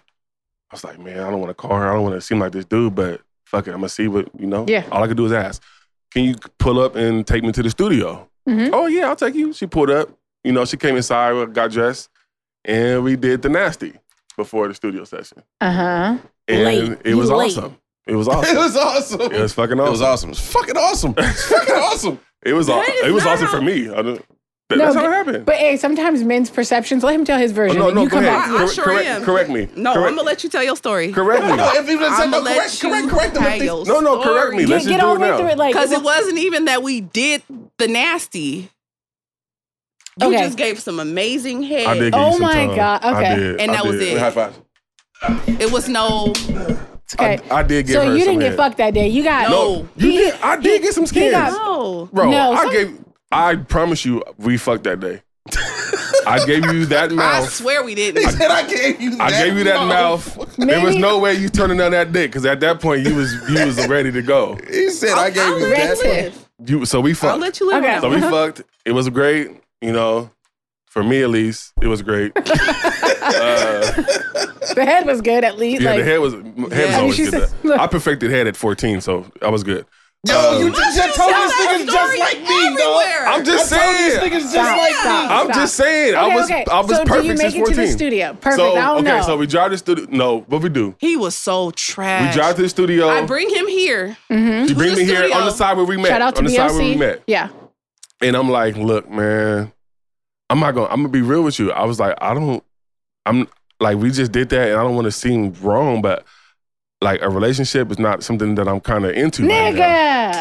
S4: I was like, man, I don't want to call her. I don't want to seem like this dude, but fuck it, I'm gonna see what you know.
S2: Yeah.
S4: All I could do is ask, can you pull up and take me to the studio?
S2: Mhm.
S4: Oh yeah, I'll take you. She pulled up. You know, she came inside, got dressed, and we did the nasty before the studio session,
S2: Uh
S4: Uh-huh.
S2: huh.
S4: and
S2: Late.
S4: it was
S2: You late.
S4: awesome. It was
S3: It
S4: awesome.
S3: was awesome.
S4: it was fucking
S3: It
S4: awesome.
S3: was awesome. It's fucking awesome. It's fucking awesome.
S4: It was
S5: That is
S4: awesome. It was
S5: not
S4: awesome
S5: how-
S4: for me. I don't, that,
S2: No,
S4: that's how
S2: but-
S4: it happened.
S2: But hey, sometimes men's perceptions. Let him tell his
S4: Oh,
S2: version.
S4: no,
S2: and
S4: no,
S2: you
S4: go
S2: come
S4: ahead.
S2: back.
S5: I- I
S4: Correct-
S5: sure
S4: correct,
S5: am.
S4: correct me.
S5: No,
S4: correct,
S5: I'm gonna let you tell your story.
S4: correct me.
S3: No, if you just said
S5: I'm
S3: no,
S5: gonna let
S3: correct,
S5: you
S3: correct, correct them.
S5: tell
S3: If they-
S5: your
S4: No, no, correct
S5: story.
S4: me. Let's
S2: Get,
S4: just
S2: get
S4: do
S2: all
S4: it
S2: the way
S4: now.
S2: through it, like
S5: Because it wasn't even that we did the nasty. You
S2: Okay.
S5: just gave some amazing head.
S4: I did give
S2: Oh
S4: you some
S2: my
S4: time.
S2: God, okay.
S4: I did.
S5: And
S4: I
S5: that was
S4: did.
S5: it.
S3: High five.
S5: It was no.
S2: okay.
S4: I, I did give
S2: so
S4: her
S2: you
S4: some
S2: didn't get
S4: head.
S2: fucked that day. You got
S5: No.
S4: You
S2: He-
S4: did. I did
S2: he-
S4: get some
S2: he
S4: skins.
S2: got-
S5: No.
S4: Bro,
S2: No,
S4: I
S2: some-
S4: gave. I promise you, we fucked that day. I gave you that
S5: I
S4: mouth.
S5: swear we didn't.
S3: He said, I gave you that.
S4: I gave you that mouth. There was
S2: Maybe-
S4: no way you turning down that dick because at that point you was you was ready to go.
S3: He said, I gave
S5: I'll
S3: you
S5: let
S3: that.
S5: you
S3: mouth.
S5: live.
S4: You so we
S5: I'll
S4: fucked.
S5: let you live.
S2: Okay.
S5: on that
S4: so
S5: one.
S4: we fucked. It was great. You know, for me at least, it was great. uh,
S2: The head was good at least.
S4: yeah,
S2: like,
S4: the head was
S5: I
S4: head was
S5: mean,
S4: always
S2: she said-
S4: good. though. I perfected head at 14, so I was good.
S3: Yo, you
S4: Um,
S3: just you told
S5: Tell
S3: this
S5: that
S3: niggas just
S5: story
S3: like me, dog.
S5: everywhere.
S4: I'm just saying.
S3: This niggas just
S2: Stop,
S3: like
S2: stop.
S3: me.
S4: I'm just saying. I
S2: Okay,
S4: was
S2: okay.
S4: I was
S2: so
S4: perfect
S2: do you make
S4: since
S2: it
S4: 14.
S2: to the studio? Perfect.
S4: So
S2: I don't
S4: okay,
S2: know.
S4: so we drive to the studio. No, what we do?
S5: He was so
S4: We
S5: trash.
S4: drive to the studio.
S5: I bring him here.
S4: you bring
S5: to
S4: me
S5: the
S4: here on
S5: studio.
S4: the side where we met.
S2: Mm-hmm. Shout out to
S4: on the side where we
S2: BLC.
S4: met.
S2: Yeah.
S4: And I'm like, look, man, I'm not gonna. I'm gonna be real with you. I was like, I don't. I'm like, we just did that, and I don't want to seem wrong, but like a relationship is not something that I'm kind of into. right now.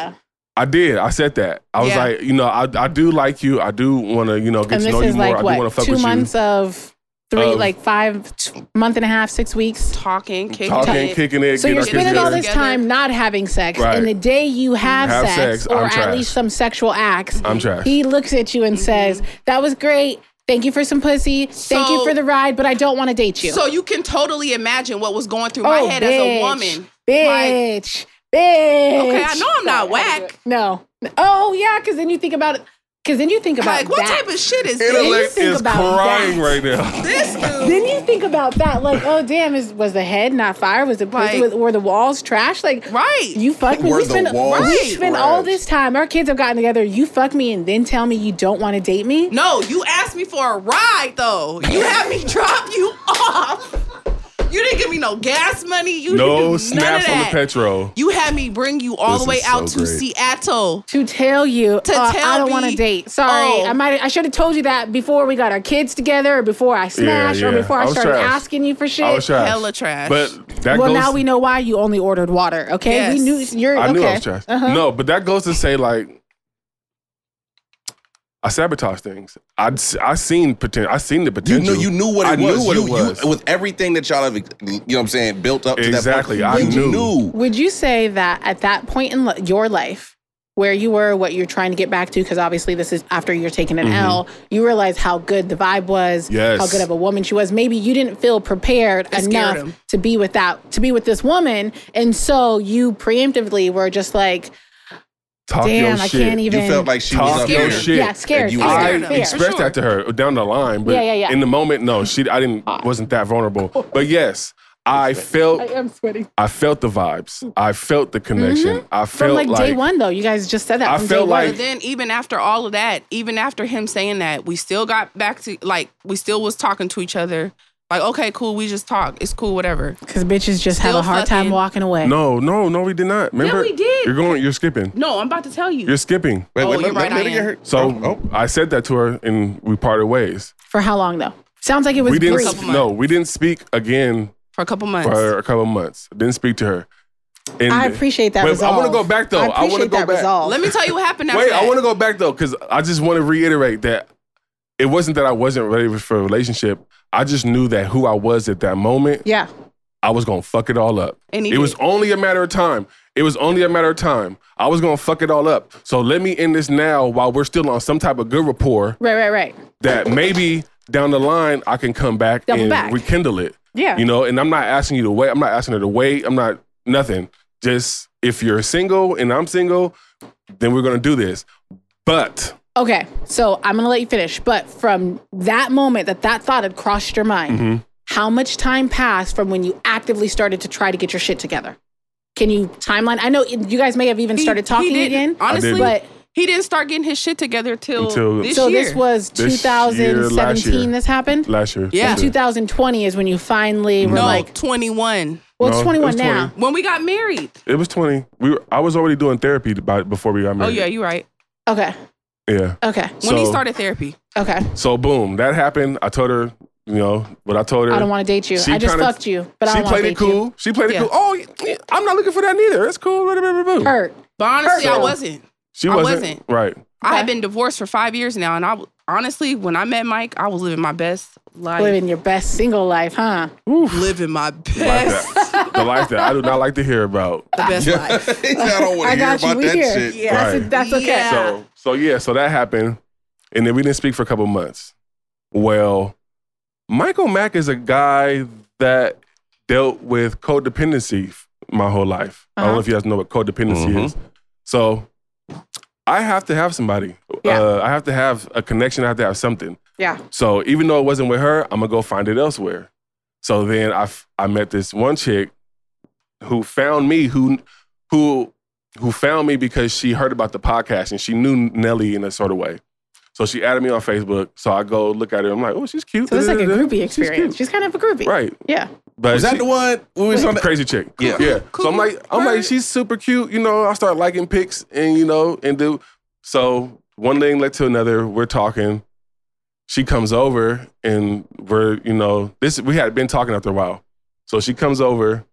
S2: Nigga.
S4: I did. I said that. I was
S5: Yeah.
S4: like, you know, I I do like you. I do want to, you know, get
S2: And
S4: to
S2: this
S4: know you
S2: is
S4: more.
S2: like
S4: I do want
S2: what?
S4: to fuck
S2: Two
S4: with
S2: months of three,
S4: Of-
S2: like five, t- month and a half, six weeks.
S5: Talking,
S4: you.
S5: kicking,
S4: Talking,
S5: it.
S4: kicking it.
S2: So
S4: getting
S2: you're
S4: our kids
S2: spending all
S4: together.
S2: this
S5: together.
S2: time not having sex,
S4: Right.
S2: and the day you have,
S4: Have
S2: sex,
S4: sex,
S2: or
S4: I'm
S2: at
S4: trash.
S2: least some sexual acts,
S4: I'm trash.
S2: he looks at you and says, "That was great. Thank you for some pussy. Thank you
S5: So-
S2: for the ride, but I don't want to date you."
S5: So you can totally imagine what was going through
S2: Oh,
S5: my head as a
S2: bitch,
S5: woman. Like,
S2: bitch, bitch.
S5: okay, I know I'm not whack.
S2: No. Oh yeah, because then you think about it. Because then you think about
S5: Like, what
S2: that.
S5: type of shit is this?
S4: Intellect
S2: think
S4: is
S2: about
S4: crying
S2: that.
S4: right now.
S5: This dude.
S2: Then you think about that, like, oh damn, is was the head not fire? Was the
S5: Like-
S2: was, were the walls trash? Like,
S5: Right.
S2: You fuck me.
S3: Were
S2: We
S3: the
S2: spend,
S3: walls
S2: we
S5: Right.
S2: spend
S3: trash?
S2: all this time. Our kids have gotten together. You fuck me and then tell me you don't want to date me.
S5: No, you asked me for a ride though. You had me drop you off. You didn't give me no gas money. You didn't
S4: No
S5: do none of
S4: snaps on the
S5: that.
S4: petrol.
S5: You had me bring you all
S3: This
S5: the way
S3: is so
S5: out to
S3: great.
S5: Seattle.
S2: To tell you,
S5: To
S2: uh,
S5: tell
S2: I don't
S5: me-
S2: want to date. Sorry,
S5: Oh.
S2: I might I should have told you that before we got our kids together, or before I smashed,
S4: yeah.
S2: or before
S4: I
S2: I,
S4: was
S2: started
S4: trash.
S2: asking you for shit.
S4: I was trash.
S5: Hella trash.
S4: But that
S2: Well,
S4: goes.
S2: now we know why you only ordered water. Okay, we knew
S5: Yes.
S2: you're.
S4: I
S2: okay. Uh-huh.
S4: knew I was trash. No, but that goes to say like, I sabotage things. I I seen potential. I seen the
S3: You
S4: potential.
S3: knew you knew what it
S4: I
S3: was.
S4: knew what
S3: you,
S4: it was.
S3: You, with everything that y'all have, you know what I'm saying, built up to
S4: Exactly,
S3: that
S4: I
S3: point. you
S4: knew.
S2: Would you say that at that point in li- your life, where you were, what you're trying to get back to, because obviously this is after you're taking an L, you realize how good the vibe was,
S4: Mm-hmm. Yes.
S2: how good of a woman she was. Maybe you didn't feel prepared
S5: That
S2: enough
S5: scared him.
S2: to be with that, to be with this woman, and so you preemptively were just like,
S4: Talk your
S2: "Damn, I
S4: shit.
S2: can't even."
S3: You felt like she
S4: Talk
S3: was up
S4: your
S3: there.
S4: shit.
S2: Yeah, scared.
S3: And you
S2: scared,
S3: was
S4: I
S5: scared of
S2: fear.
S5: him.
S4: expressed that to her down the line, but
S2: Yeah, yeah, yeah.
S4: in the moment, no, she I didn't wasn't that vulnerable. But yes, I
S2: I
S4: felt
S2: am sweating.
S4: I felt the vibes. I felt the connection. I
S2: From
S4: felt
S2: like, day one, though, you guys just said that.
S4: I
S2: from
S4: felt
S2: day
S4: like-
S2: one.
S5: But then even after all of that, even after him saying that, we still got back to like we still was talking to each other. Like, okay, cool, we just talk. It's cool, whatever.
S2: because bitches just have
S5: Still
S2: a hard time
S5: fucking-
S2: walking away.
S4: No, no, no, we did not. Remember?
S5: we did.
S4: You're going. You're skipping.
S5: No, I'm about to tell you.
S4: You're skipping.
S3: Wait,
S5: Oh,
S3: wait, let,
S5: you're
S3: let,
S5: right,
S3: let
S5: I
S3: me get
S5: am.
S3: her.
S4: So
S3: oh,
S4: I said that to her, and we parted ways.
S2: For how long though? Sounds like it was
S4: we didn't.
S2: brief.
S5: Couple months.
S4: no, we didn't speak again
S5: for a couple months.
S4: for a couple months. Didn't speak to her. And
S2: I appreciate that
S4: Wait,
S2: resolve.
S4: I want to go back though.
S2: I
S4: I, want to
S2: appreciate
S4: go
S2: that
S4: back.
S2: resolve.
S5: Let me tell you what happened after
S4: Wait,
S5: that.
S4: I want to go back though because I just want to reiterate that it wasn't that I wasn't ready for a relationship. I just knew that who I was at that moment,
S2: Yeah.
S4: I was gonna fuck it all up.
S5: And he
S4: it was
S5: did.
S4: only a matter of time. It was only a matter of time. I was gonna fuck it all up. So let me end this now while we're still on some type of good rapport
S2: Right, right, right.
S4: that maybe down the line I can come back
S2: Double
S4: and
S2: back.
S4: rekindle it.
S2: Yeah.
S4: You know, and I'm not asking you to wait. I'm not asking her to wait. I'm not nothing. Just if you're single and I'm single, then we're gonna do this. But
S2: Okay. So I'm gonna let you finish. But from that moment that that thought had crossed your mind,
S4: Mm-hmm.
S2: how much time passed from when you actively started to try to get your shit together? Can you timeline? I know you guys may have even
S5: He-
S2: started
S5: he
S2: talking
S5: didn't-
S2: again.
S5: Honestly,
S4: didn't. Uh,
S2: But
S5: he didn't start getting his shit together till,
S4: Until-
S5: this
S2: so
S5: year.
S2: this was
S4: This year, last year.
S2: 2017. this happened.
S4: last year.
S5: Yeah.
S4: Same thing.
S2: 2020 is when you finally were
S5: no
S2: like,
S5: 21
S2: well,
S4: No,
S2: it's
S4: it
S2: 21
S4: was
S2: now.
S4: 20.
S5: when we got married.
S4: It was 20. We were, I was already doing therapy by, before we got
S5: Oh
S4: married.
S5: yeah, you're right.
S2: Okay.
S4: Yeah.
S2: Okay.
S5: When he
S4: So-
S5: started therapy,
S2: Okay.
S4: So boom, that happened. I told her, you know, what I told her.
S2: I don't want to date you.
S4: She
S2: I just
S4: kinda-
S2: fucked you, but I
S4: she
S2: don't want to
S4: played it
S2: date
S4: cool.
S2: you.
S4: She played it
S5: Yeah.
S4: cool. Oh, yeah, I'm not looking for that neither. It's cool. Blah, blah, blah, blah, blah.
S2: Hurt.
S5: but honestly, I
S2: So-
S5: wasn't.
S4: She
S5: I
S4: wasn't,
S5: wasn't.
S4: right.
S5: I
S2: Okay.
S5: had been divorced for five years now, and I w- honestly, when I met Mike, I was living my best life.
S2: Living your best single life, huh?
S5: Living my
S4: Like
S5: best,
S4: that. the life that I do not like to hear about.
S5: the best life.
S3: I don't want
S2: I
S3: to hear
S2: got you.
S3: about
S2: We
S3: that
S2: here.
S3: shit.
S5: Yeah.
S4: Right.
S2: That's, that's okay.
S5: Yeah.
S4: So so yeah, so that happened, and then we didn't speak for a couple months. well. Michael Mack is a guy that dealt with codependency f- my whole life. I don't know
S5: Uh-huh.
S4: if you guys know what codependency
S3: Mhm.
S4: is. So I have to have somebody.
S2: Yeah.
S4: Uh, I have to have a connection. I have to have something.
S2: Yeah.
S4: So even though it wasn't with her, I'm gonna go find it elsewhere. So then I f- I met this one chick who found me who who who found me because she heard about the podcast and she knew Nelly in a sort of way. So she added me on Facebook. So I go look at her. I'm like, oh, she's cute.
S2: So it's like a
S4: Da-da-da-da.
S2: groupie
S4: She's cute.
S2: experience. She's, kind of a groupie.
S4: Right.
S2: Yeah.
S4: But
S3: Was
S4: she-
S3: that the one? We was on the,
S4: crazy chick.
S3: Yeah.
S4: yeah.
S5: Cool.
S4: So I'm like, I'm like,
S5: Alright.
S4: she's super cute. You know, I start liking pics, and you know, and do so. One thing led to another. We're talking. She comes over, and we're you know this. We had been talking after a while, so she comes over,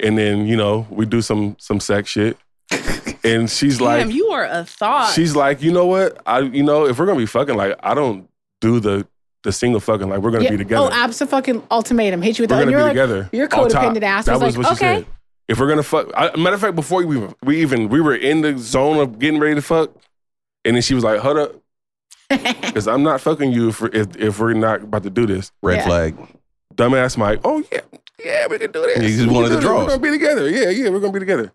S4: and then you know we do some some sex shit, and she's like,
S5: Damn, you are a thought.
S4: she's like, you know what? I you know if we're gonna be fucking, like I don't do the the single fucking. Like we're gonna
S2: Yeah.
S4: be together.
S2: Oh, absolute fucking ultimatum. Hit you with
S4: we're
S2: that.
S4: gonna
S2: And
S4: be
S2: you're like,
S4: together.
S2: your
S4: on top.
S2: codependent ass was like, okay.
S4: If we're gonna fuck, I, matter of fact, before we even- we even we were in the zone of getting ready to fuck, and then she was like, "Hold up, because I'm not fucking you if, we're- if if we're not about to do this."
S3: red
S2: Yeah.
S3: flag.
S4: Dumbass Mike, oh yeah, yeah, we can do this.
S3: Yeah, he's
S4: We can
S3: one of
S4: do
S3: the
S4: this.
S3: draws.
S4: We're gonna be together. Yeah, yeah, we're gonna be together.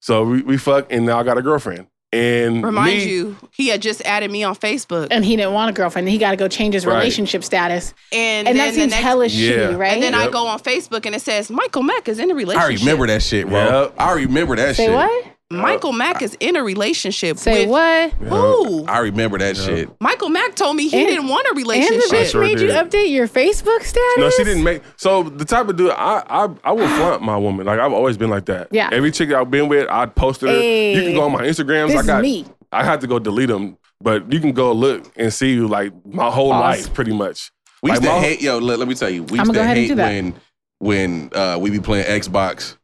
S4: So we, we fuck, and now I got a girlfriend. And
S5: Remind
S4: me-
S5: you, he had just added me on Facebook, and,
S2: and he didn't want a girlfriend. He got to go change his
S4: Right.
S2: relationship status. And,
S5: then
S2: that
S5: the
S2: seems
S5: next,
S2: hella
S4: Yeah.
S2: shitty, right?
S5: and then I
S4: Yep.
S5: go on Facebook and it says Michael Mack is in a
S3: I
S5: relationship.
S3: remember that shit, bro.
S4: Yep.
S3: I remember that
S2: Say
S3: shit.
S2: what?
S5: Michael Mack is in a relationship.
S2: Say
S5: with
S2: what?
S5: Who?
S3: I remember that
S4: Yep.
S3: shit.
S5: Michael Mack told me he
S2: And-
S5: didn't want a
S2: And the
S5: relationship.
S2: bitch
S4: sure
S2: made you
S4: did.
S2: update your Facebook status?
S4: No, she didn't make. So the type of dude I I, I will flaunt my woman. Like I've always been like that.
S2: Yeah.
S4: Every chick I've been with, I'd posted her. You
S2: Hey.
S4: can go on my Instagrams.
S2: This
S4: I got.
S2: is me.
S4: I had to go delete them, but you can go look and see like my whole
S2: Pause.
S4: life pretty much.
S3: We
S4: Like,
S3: used
S4: my-
S3: to hate. Yo, let, let me tell you. We
S2: I'ma
S3: used
S2: go
S3: to
S2: ahead and
S3: hate
S2: do that.
S3: when when uh, we be playing Xbox.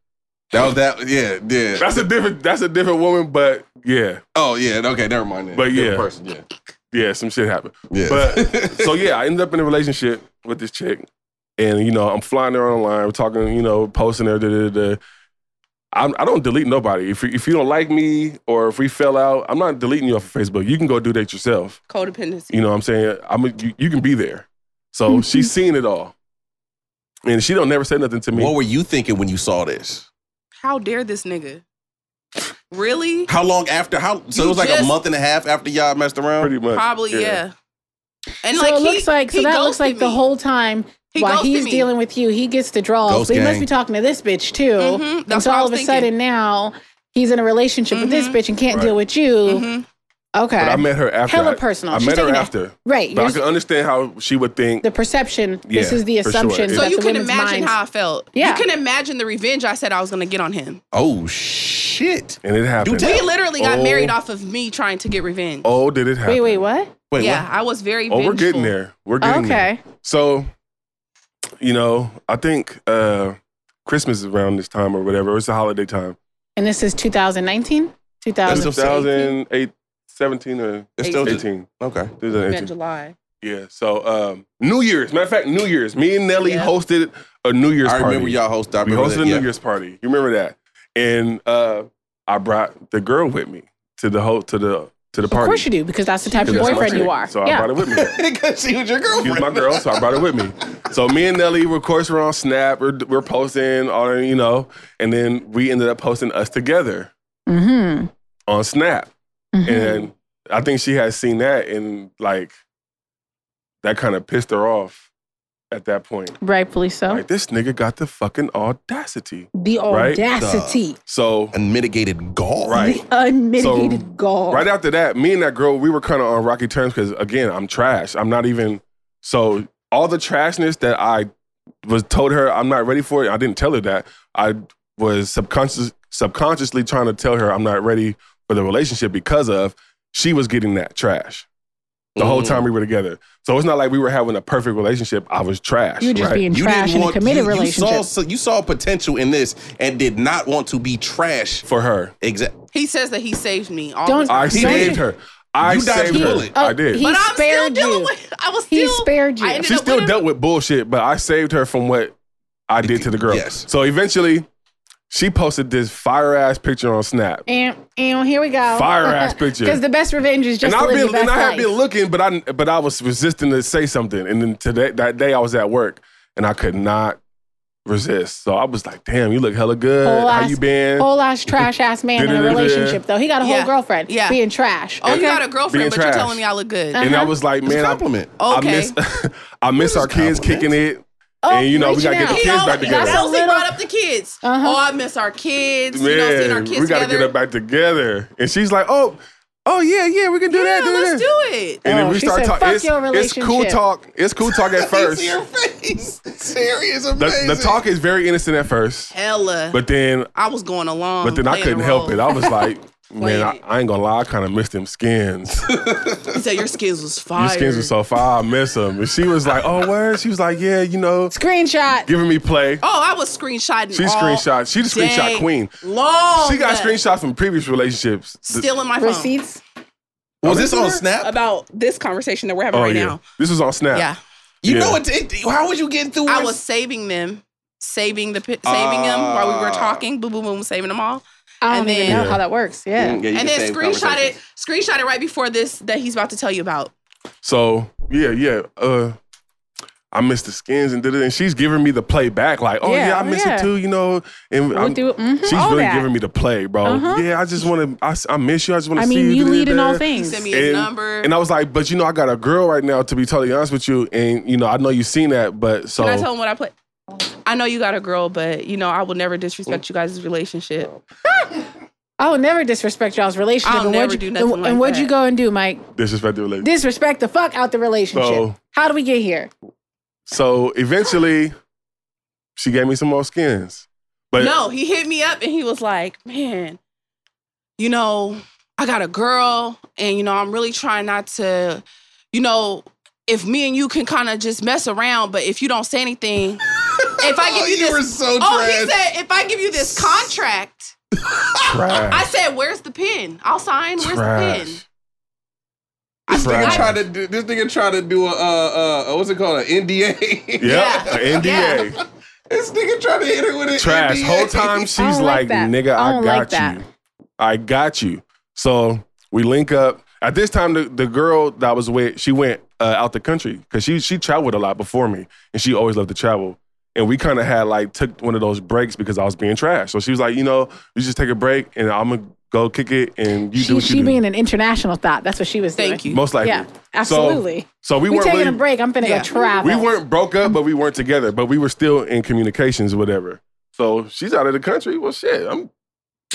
S3: That was that. Yeah, yeah.
S4: That's a different. That's a different woman, but yeah,
S3: Oh yeah. Okay, never mind. Then.
S4: But
S3: Different
S4: yeah.
S3: person. Yeah,
S4: yeah, some shit happened.
S3: yeah.
S4: But so yeah, I ended up in a relationship with this chick, and you know I'm flying her online. We're talking, you know, posting her. Da, da, da, da. I'm, I don't delete nobody. If you- if you don't like me or if we fell out, I'm not deleting you off of Facebook. You can go do that yourself.
S5: Codependency.
S4: You know what I'm saying? I'm a, you, you can be there. So she's seen it all, and she don't never say nothing to me.
S3: what were you thinking when you saw this?
S5: How dare this nigga? Really?
S3: How long after? How? So it
S5: You
S3: was like a
S5: just-
S3: month and a half after y'all messed around.
S4: Pretty much.
S5: Probably yeah. And
S2: so
S5: like
S2: it
S5: he-
S2: looks like so
S5: he
S2: that looks
S5: ghosted
S2: like the
S5: me.
S2: whole time
S5: He
S2: while
S5: ghosted
S2: he's
S5: me.
S2: dealing with you, he gets the draws.
S3: Ghost
S2: but he must
S3: gang.
S2: be talking to this bitch too.
S5: Mhm,
S2: And
S5: that's
S2: so
S5: what I
S2: all of
S5: was
S2: a
S5: thinking.
S2: sudden now he's in a relationship with this
S5: Mhm.
S2: bitch and can't
S4: Right.
S2: deal with you.
S5: Mhm.
S2: Okay.
S4: But I met her after.
S2: Hella
S4: I-
S2: personal.
S4: I,
S2: She's
S4: met her
S2: taking it-
S4: after.
S2: right.
S4: But I
S2: you're-
S4: can understand how she would think.
S2: the perception. this
S4: Yeah,
S2: is the
S4: for sure.
S2: assumption.
S4: So
S5: So
S2: that
S5: you
S2: the
S5: can
S2: women's
S5: imagine
S2: minds-
S5: how I felt.
S2: Yeah.
S5: You can imagine the revenge I said I was gonna get on him.
S3: Oh shit!
S4: and it happened.
S3: Do tell.
S5: We literally got
S4: Oh.
S5: married off of me trying to get revenge.
S4: Oh, did it happen?
S2: Wait, wait, what?
S3: Wait,
S5: yeah,
S3: what?
S5: I was very.
S4: Oh, we're getting
S5: vengeful.
S4: there. We're
S2: Oh,
S4: getting there.
S2: okay.
S4: So, you know, I think uh Christmas is around this time or whatever. It's the holiday time.
S2: And this is 2019,
S3: That's
S2: 2000.
S3: a-
S4: 2008, 17 or
S3: It's still just,
S4: 18.
S3: okay.
S5: Met
S4: 2018.
S5: July.
S4: Yeah. So, um, New Year's. Matter of fact, New Year's. Me and Nelly
S5: Yeah.
S4: hosted a New Year's
S3: I
S4: party.
S3: remember y'all host. I
S4: We
S3: remember
S4: hosted
S3: that,
S4: a New
S3: yeah.
S4: Year's party. You remember that? And uh, I brought the girl with me to the ho- to the to the
S2: Of
S4: party.
S2: course you do, because that's the type of
S4: Because that's my
S2: boyfriend you
S4: chick.
S2: are.
S4: So I
S2: yeah.
S4: brought it with me.
S3: because she was your
S4: She was
S3: girlfriend.
S4: my girl, so I brought her with me. So me and Nelly, of course, we're on Snap. We're, we're posting all you know, and then we ended up posting us together
S2: Mm-hmm.
S4: on Snap.
S2: Mhm.
S4: And I think she had seen that, and like that kind of pissed her off at that point.
S2: Rightfully so.
S4: Like this nigga got the fucking audacity.
S2: the
S4: right?
S2: audacity,
S4: So
S3: Unmitigated gall.
S4: Right.
S2: the unmitigated gall.
S4: right after that, me and that girl, we were kind of on rocky terms because again, I'm trash. I'm not even so all the trashness that I was told her I'm not ready for it. I didn't tell her that. I was subconscious subconsciously trying to tell her I'm not ready for the relationship because of she was getting that trash the whole
S3: Mm.
S4: time we were together. So it's not like we were having a perfect relationship. I was trash.
S2: You're just
S4: right?
S2: being trash in a committed
S3: you, you
S2: relationship.
S3: saw so you saw potential in this and did not want to be trash.
S4: for her.
S3: Exactly.
S5: He says that he saved me. All
S2: Don't-
S5: Don't.
S4: I
S2: Don't you-
S4: saved her. I
S3: You dodged
S4: saved
S3: a
S4: her.
S3: bullet.
S2: Oh,
S4: I did.
S2: he-
S5: But I'm still
S2: spared
S5: dealing
S2: you.
S5: with. I was
S2: He
S5: still.
S2: spared you.
S5: I ended
S4: She
S5: up
S4: still
S5: with him.
S4: dealt with bullshit, but I saved her from what I did to the girl.
S3: Yes.
S4: So eventually, She posted this fire ass picture on Snap.
S2: And, and here we go.
S4: Fire ass picture.
S2: Because the best revenge is just
S4: and
S2: to
S4: I've
S2: live
S4: been
S2: your
S4: and
S2: best
S4: I have
S2: life.
S4: been looking, but I but I was resisting to say something. And then today that day I was at work and I could not resist. So I was like, damn, you look hella good.
S2: Whole
S4: How
S2: ass-
S4: you been?
S2: Whole ass trash ass man in a
S4: Da-da-da-da.
S2: relationship though. He got a whole
S5: Yeah.
S2: girlfriend.
S5: Yeah.
S2: Being trash.
S5: Oh, you
S4: Okay.
S5: got a
S4: Being
S5: girlfriend, but you're
S4: trash.
S5: telling me I look good.
S2: Uh,
S4: And I was like,
S3: It's a
S4: man, I,
S3: compliment.
S4: I
S5: Okay.
S4: miss I miss
S3: What
S4: our
S3: is compliment?
S4: kids kicking it.
S2: Oh,
S4: and you know, we
S2: reaching
S4: gotta get
S2: out.
S4: the
S5: He
S4: kids
S5: always-
S4: back together.
S2: That's
S5: That's
S2: a
S5: how he
S2: little-
S5: brought up the kids.
S2: Uh-huh.
S5: Oh, I miss our kids. you know, seeing our
S4: Man,
S5: kids
S4: we gotta
S5: together.
S4: get it back together. And she's like, oh, oh yeah, yeah, we can do
S5: yeah,
S4: that. Do
S5: let's
S4: that.
S5: do it.
S4: And
S2: Oh,
S4: then we
S2: she
S4: start
S2: said, "Fuck
S4: talking. It's,
S2: your
S4: it's cool
S2: relationship."
S4: talk. It's cool talk at first.
S3: See your face. Serious,
S4: the,
S3: amazing.
S4: the talk is very innocent at first,
S5: Hella.
S4: but then
S5: I was going along.
S4: but then I
S5: playing the
S4: couldn't help
S5: role.
S4: it. I was like, man, I,
S5: Wait.
S4: I ain't gonna lie, I kind of miss them skins.
S5: He said your skins was fire.
S4: Your skins were so fire, I miss them. And she was like, oh, where? She was like, yeah, you know,
S2: Screenshot.
S4: giving me play.
S5: Oh, I was screenshotting.
S4: She
S5: all
S4: screenshot. She the
S5: day
S4: screenshot queen.
S5: Long.
S4: She got
S5: but
S4: screenshots from previous relationships. The-
S5: Still in my phone.
S2: Receipts.
S3: was this on Snap?
S5: about this conversation that we're having
S4: Oh
S5: right
S4: yeah,
S5: now.
S4: this was on Snap.
S5: Yeah,
S3: You
S4: Yeah.
S3: know it, it. How would you get through?
S5: I
S3: it?
S5: was saving them, saving the pi- saving them
S3: Ah.
S5: while we were talking. Boom, boom, boom, saving them all,
S2: I don't
S5: And
S2: even
S5: then-
S2: know how that works. Yeah.
S3: Mm, yeah, you
S5: and
S3: can
S5: then
S3: save
S5: screenshot it.
S3: conversations.
S5: Screenshot it right before this that he's about to tell you about.
S4: So yeah, yeah. Uh, I miss the skins and did it. And she's giving me the play back, like, oh
S2: Yeah,
S4: yeah, I miss
S2: yeah.
S4: it too, you know. And
S2: We'll
S4: I'm-
S2: do it. Mhm,
S4: she's
S2: all
S4: really
S2: that.
S4: giving me the play, bro.
S2: Uh-huh.
S4: Yeah, I just want to. I, s- I miss you. I just want
S2: I
S4: to see you.
S2: mean, you
S4: da- da-
S2: lead in
S4: da.
S2: all
S5: He
S2: things.
S5: sent me his
S4: And,
S5: number.
S4: and I was like, but you know, I got a girl right now. To be totally honest with you, and you know, I know you've seen that, but so
S5: Can I tell him what I put? I know you got a girl, but you know I will never disrespect you guys' relationship.
S2: I will never disrespect y'all's relationship.
S5: I'll
S2: and
S5: never
S2: what'd
S5: do
S2: you,
S5: nothing
S2: And,
S5: like
S2: and what'd
S5: that.
S2: you go and do, Mike?
S4: disrespectful. lady.
S2: Disrespect the fuck out the relationship.
S4: So-
S2: How do we get here?
S4: So eventually, she gave me some more skins. But
S5: no, he hit me up and he was like, "Man, you know, I got a girl, and you know, I'm really trying not to, you know, if me and you can kind of just mess around, but if you don't say anything, if I
S3: Oh,
S5: give you,
S3: you
S5: this,
S3: were so
S5: oh, he
S3: trash.
S5: said, if I give you this contract,
S4: trash,
S5: I said, where's the pen? I'll sign. Where's the pen?
S4: trash.
S3: This nigga
S4: Right.
S3: tried to do, this nigga tried to do a uh, uh what's it called an NDA.
S5: Yeah.
S4: Yeah, an NDA.
S3: this nigga tried to hit her with an
S4: Trash.
S3: NDA.
S4: Whole time she's
S2: I don't like
S4: like,
S2: that.
S4: nigga,
S2: I
S4: I,
S2: don't like
S4: got
S2: that.
S4: you. I got you. So we link up. At this time, the, the girl that I was with, she went uh, out the country because she she traveled a lot before me, and she always loved to travel. And we kind of had like took one of those breaks because I was being trash. So she was like, you know, you just take a break, and I'm gonna go kick it, and you do
S2: She,
S4: what you
S2: she
S4: do.
S2: being an international thought. That's what she was doing.
S5: Thank you.
S4: Most likely.
S2: Yeah, absolutely.
S4: So, so we
S2: we
S4: weren't
S2: taking
S4: really,
S2: a break. I'm finna
S5: Yeah.
S2: go travel.
S4: we weren't broke up, but we weren't together. But we were still in communications, whatever. So she's out of the country. Well, shit, I'm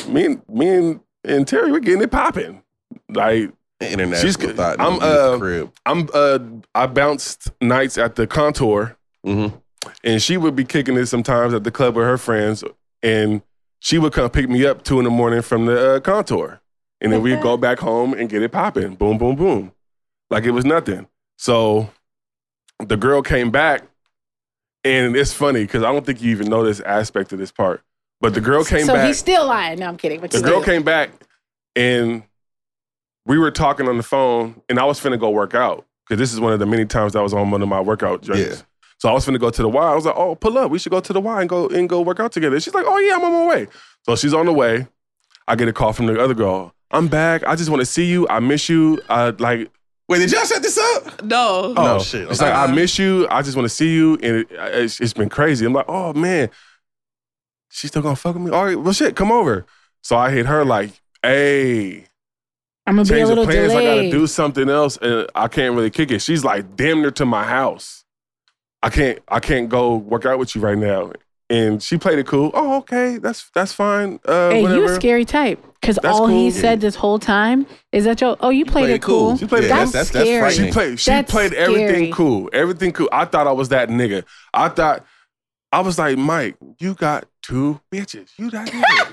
S4: me and me and, and Terry. We're getting it popping. Like
S3: International
S4: She's good.
S3: thought.
S4: I'm,
S3: I'm uh,
S4: uh,
S3: crib.
S4: I'm, uh, I bounced nights at the Contour,
S3: Mm-hmm.
S4: and she would be kicking it sometimes at the club with her friends, and she would come pick me up two in the morning from the uh, Contour, and then we'd go back home and get it popping. Boom, boom, boom, like it was nothing. So the girl came back, and it's funny because I don't think you even know this aspect of this part. But the girl came
S2: so
S4: back.
S2: he's still lying. No, I'm kidding. But
S4: The
S2: you
S4: girl
S2: do.
S4: came back and we were talking on the phone, and I was finna go work out because this is one of the many times that I was on one of my workout journeys.
S3: Yeah.
S4: So I was finna go to the Y. I was like, "Oh, pull up. We should go to the Y and go and go work out together." She's like, "Oh yeah, I'm on my way." So she's on the way. I get a call from the other girl. I'm back. I just want to see you. I miss you. I like.
S3: Wait, did y'all set this up?
S5: No,
S3: Oh, shit.
S4: It's like
S3: Okay.
S4: I miss you. I just want to see you, and it, it's, it's been crazy. I'm like, oh man, she's still gonna fuck with me. All right, well shit, come over. So I hit her like, hey,
S2: I'm gonna be a
S4: change the
S2: little
S4: plans. I gotta
S2: delayed.
S4: do something else, and I can't really kick it. She's like, damn near to my house. I can't. I can't go work out with you right now. And she played it cool. Oh, okay, that's that's fine. Uh,
S2: hey,
S4: whatever.
S2: you a scary type. Because
S4: That's
S2: all he
S4: cool.
S2: said this whole time is that yo, oh, you played, it cool.
S3: She played
S4: Yeah,
S2: that's
S3: it. That's, that's, that's
S2: scary.
S4: She
S3: frightening.
S4: played. She
S2: That's
S4: played
S2: scary.
S4: everything cool. Everything cool. I thought I was that nigga. I thought I was like Mike. You got two bitches. You that nigga.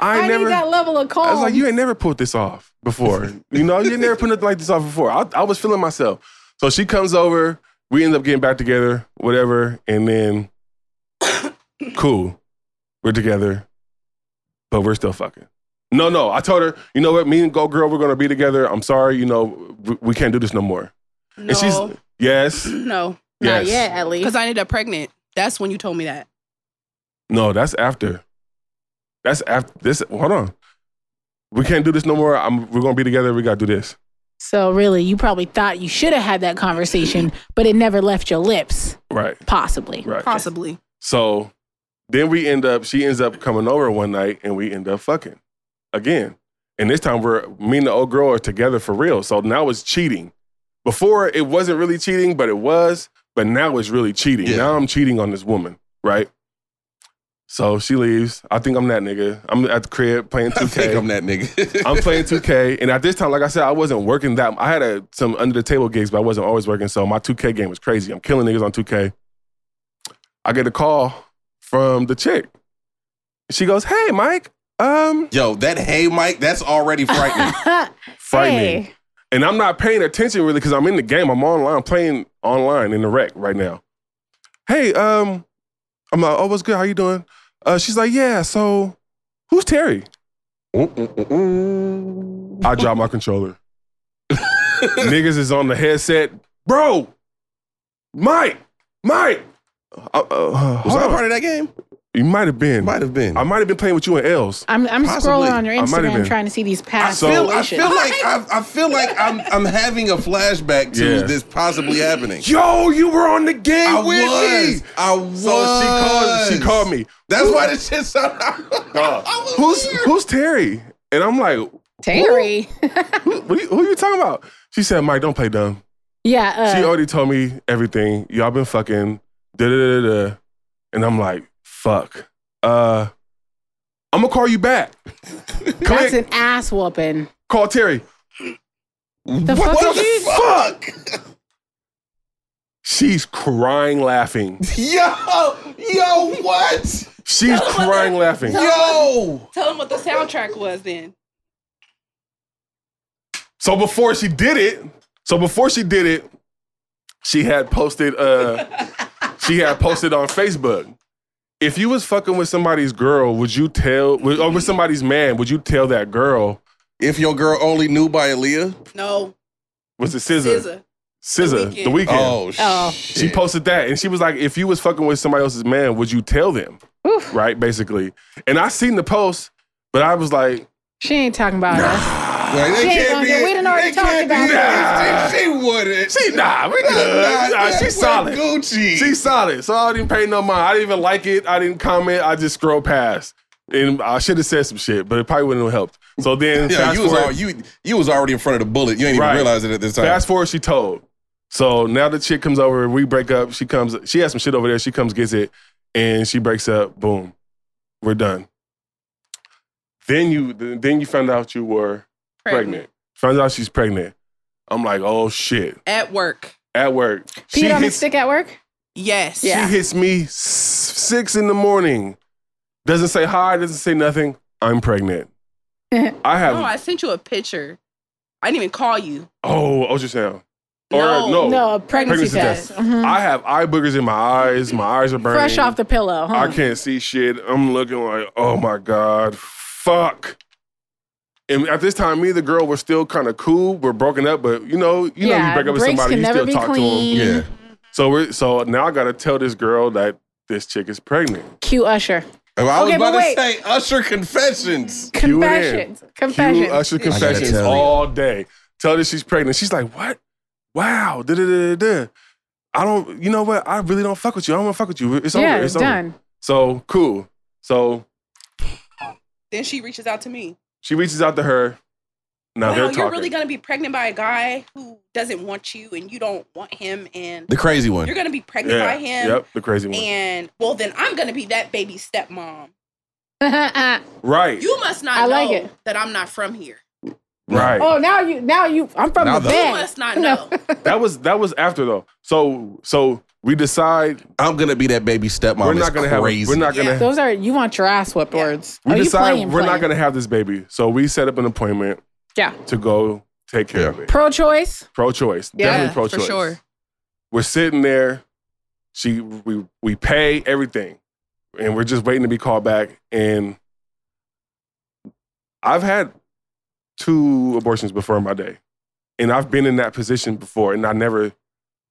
S4: I ain't
S2: I
S4: never.
S2: need that level of calm.
S4: I was like, you ain't never pulled this off before. you know, you ain't never put nothing like this off before. I, I was feeling myself. So she comes over. We end up getting back together, whatever, and then cool, we're together, but we're still fucking. No, no, I told her, you know what, me and Go Girl, we're gonna be together. I'm sorry, you know, we, we can't do this no more.
S5: no,
S4: And she's yes,
S5: no,
S2: not
S4: yes,
S2: yet, at least.
S5: because I ended up pregnant. That's when you told me that.
S4: no, that's after. That's after this. Hold on. We can't do this no more. I'm, we're gonna be together. We gotta do this.
S2: So really, you probably thought you should have had that conversation, but it never left your lips,
S4: Right.
S2: possibly.
S4: Right.
S5: Possibly.
S4: So then we end up, she ends up coming over one night and we end up fucking again. And this time we're, me and the old girl are together for real. So now it's cheating. Before it wasn't really cheating, but it was. But now it's really cheating.
S3: Yeah.
S4: Now I'm cheating on this woman, right? So she leaves. I think I'm that nigga. I'm at the crib playing 2K.
S3: I think I'm that nigga.
S4: I'm playing 2K, and at this time, like I said, I wasn't working that. I had a, some under the table gigs, but I wasn't always working. So my 2K game was crazy. I'm killing niggas on 2K. I get a call from the chick. She goes, "Hey, Mike, um,
S3: Yo, that hey Mike, that's already frightening.
S4: frightening." And I'm not paying attention really because I'm in the game. I'm online, playing online in the rec right now. Hey, um, I'm like, "Oh, what's good? How you doing?" Uh, she's like, "Yeah, so who's Terry?"
S3: Mm,
S4: I drop my controller. Niggas is on the headset, bro. Mike, Mike. Uh, uh,
S3: Was
S4: hold
S3: I
S4: on.
S3: part of that game?
S4: you might have been.
S3: Might have been.
S4: I might have been playing with you and Els.
S2: I'm, I'm
S3: Possibly.
S2: scrolling on your
S4: I might have been.
S2: Instagram trying to see these
S3: I
S2: past
S4: So-
S3: feel, I
S2: relations.
S3: feel like I, I feel like I'm I'm having a flashback to
S4: Yeah.
S3: this possibly happening.
S4: Yo, you were on the game
S3: I
S4: with
S3: was.
S4: me.
S3: I was.
S4: So she called. She called me.
S3: That's why this shit sounded. I was
S4: Who's
S3: weird.
S4: Who's Terry? And I'm like,
S2: Terry.
S4: who, what are you, who are you talking about? She said, Mike, don't play dumb.
S2: yeah.
S4: she
S2: Uh,
S4: already told me everything. Y'all been fucking da da da da, da. and I'm like, fuck. Uh, I'm gonna call you back.
S2: that's
S4: Click.
S2: an ass whooping.
S4: Call Terry.
S2: The fuck is
S3: What the
S2: this?
S3: fuck?
S4: She's crying, laughing.
S3: Yo, yo, what?
S4: She's crying, laughing.
S3: Yo,
S5: Tell them what the soundtrack was then.
S4: So before she did it, so before she did it, she had posted uh she had posted on Facebook. If you was fucking with somebody's girl, would you tell with- or with somebody's man, would you tell that girl
S3: if your girl only knew by Aaliyah.
S5: No.
S4: was it Scissor?
S5: SZA.
S4: Scissor,
S5: The
S4: the
S5: Weeknd.
S4: weekend.
S3: Oh,
S2: Oh.
S3: shit.
S4: She posted that and she was like, if you was fucking with somebody else's man, would you tell them?
S2: Oof.
S4: Right, basically. And I seen the post, but I was like,
S2: She ain't talking about us.
S3: Like, they
S2: She ain't
S3: can't
S2: gonna
S3: be-
S2: get- we done
S3: they
S2: already
S3: can't
S2: talked
S3: be-
S2: about
S4: that.
S3: She, she wouldn't.
S4: she nah, we
S3: Nah,
S4: good.
S3: nah,
S4: Nah,
S3: that-
S4: she's solid.
S3: Gucci.
S4: She's solid. So I didn't pay no mind. I didn't even like it. I didn't comment. I just scrolled past. And I should have said some shit, but it probably wouldn't have helped. So then
S3: yeah,
S4: fast
S3: you was
S4: forward,
S3: all, you you was already in front of the bullet. You ain't
S4: Right.
S3: even realizing it at this time.
S4: fast forward, she told. So now the chick comes over, we break up. She comes, she has some shit over there. She comes, gets it, and she breaks up. Boom, we're done. Then you, then you found out you were pregnant. Found out she's pregnant. I'm like, oh shit.
S5: At work.
S4: At work,
S2: Pete on the
S4: hits,
S2: stick at work?
S5: Yes.
S4: she
S2: Yeah.
S4: hits me s- six in the morning. Doesn't say hi. Doesn't say nothing. I'm pregnant. I have
S5: No, Oh, I sent you a picture. I didn't even call you.
S4: oh ultrasound. Or
S5: No.
S4: no,
S2: no, a pregnancy,
S4: Oh. pregnancy
S2: test.
S4: test.
S2: Mhm.
S4: I have eye boogers in my eyes. My eyes are burning.
S2: Fresh off the pillow. Huh?
S4: I can't see shit. I'm looking like, oh my God, fuck. And at this time, me and the girl were still kind of cool. We're broken up, but you know, you know, you break up with
S2: breaks
S4: somebody,
S2: can
S4: you
S2: never
S4: still
S2: be
S4: talk
S2: clean.
S4: to them.
S3: Yeah.
S4: So we're so now I gotta tell this girl that this chick is pregnant.
S2: Cue Usher.
S3: And I was
S2: Okay, but
S3: about to
S2: wait.
S3: say Usher confessions.
S4: Cue it in.
S2: Confessions. Confessions.
S4: Cue Usher
S3: gotta
S4: confessions
S3: tell you.
S4: all day. Tell her she's pregnant. She's like, what? Wow. Da da da da. da. I don't. You know what? I really don't fuck with you. I don't want to fuck with you. It's
S2: yeah,
S4: over.
S2: it's
S4: over.
S2: done.
S4: So cool. So
S5: Then she reaches out to me.
S4: She reaches out to her. Now
S5: wow,
S4: they're
S5: you're
S4: talking.
S5: really gonna be pregnant by a guy who doesn't want you and you don't want him and
S3: The crazy one.
S5: you're gonna be pregnant by him.
S4: Yep, the crazy one.
S5: And well then I'm gonna be that baby's stepmom.
S4: right.
S5: You must not
S2: I
S5: know
S2: like it.
S5: that I'm not from here.
S4: right.
S2: oh, now you, now you, I'm from
S3: Now
S2: the
S3: the-
S5: You
S2: bed.
S5: must not know.
S4: That was that was after though. So so we decide
S3: I'm gonna be that baby stepmom.
S4: we're not gonna
S3: it's crazy.
S4: have a, we're not gonna
S5: Yeah.
S2: Those are, you want your ass whipped
S5: Yeah.
S2: words.
S4: we
S2: Oh, you
S4: decide
S2: playing,
S4: we're not
S2: playing.
S4: gonna have this baby. So we set up an appointment
S2: Yeah.
S4: to go take care
S3: Yeah.
S4: of it.
S2: Pro choice.
S4: Pro choice.
S2: Yeah,
S4: Definitely pro choice. We're sitting there. She we we pay everything. And we're just waiting to be called back. And I've had two abortions before in my day. And I've been in that position before and I never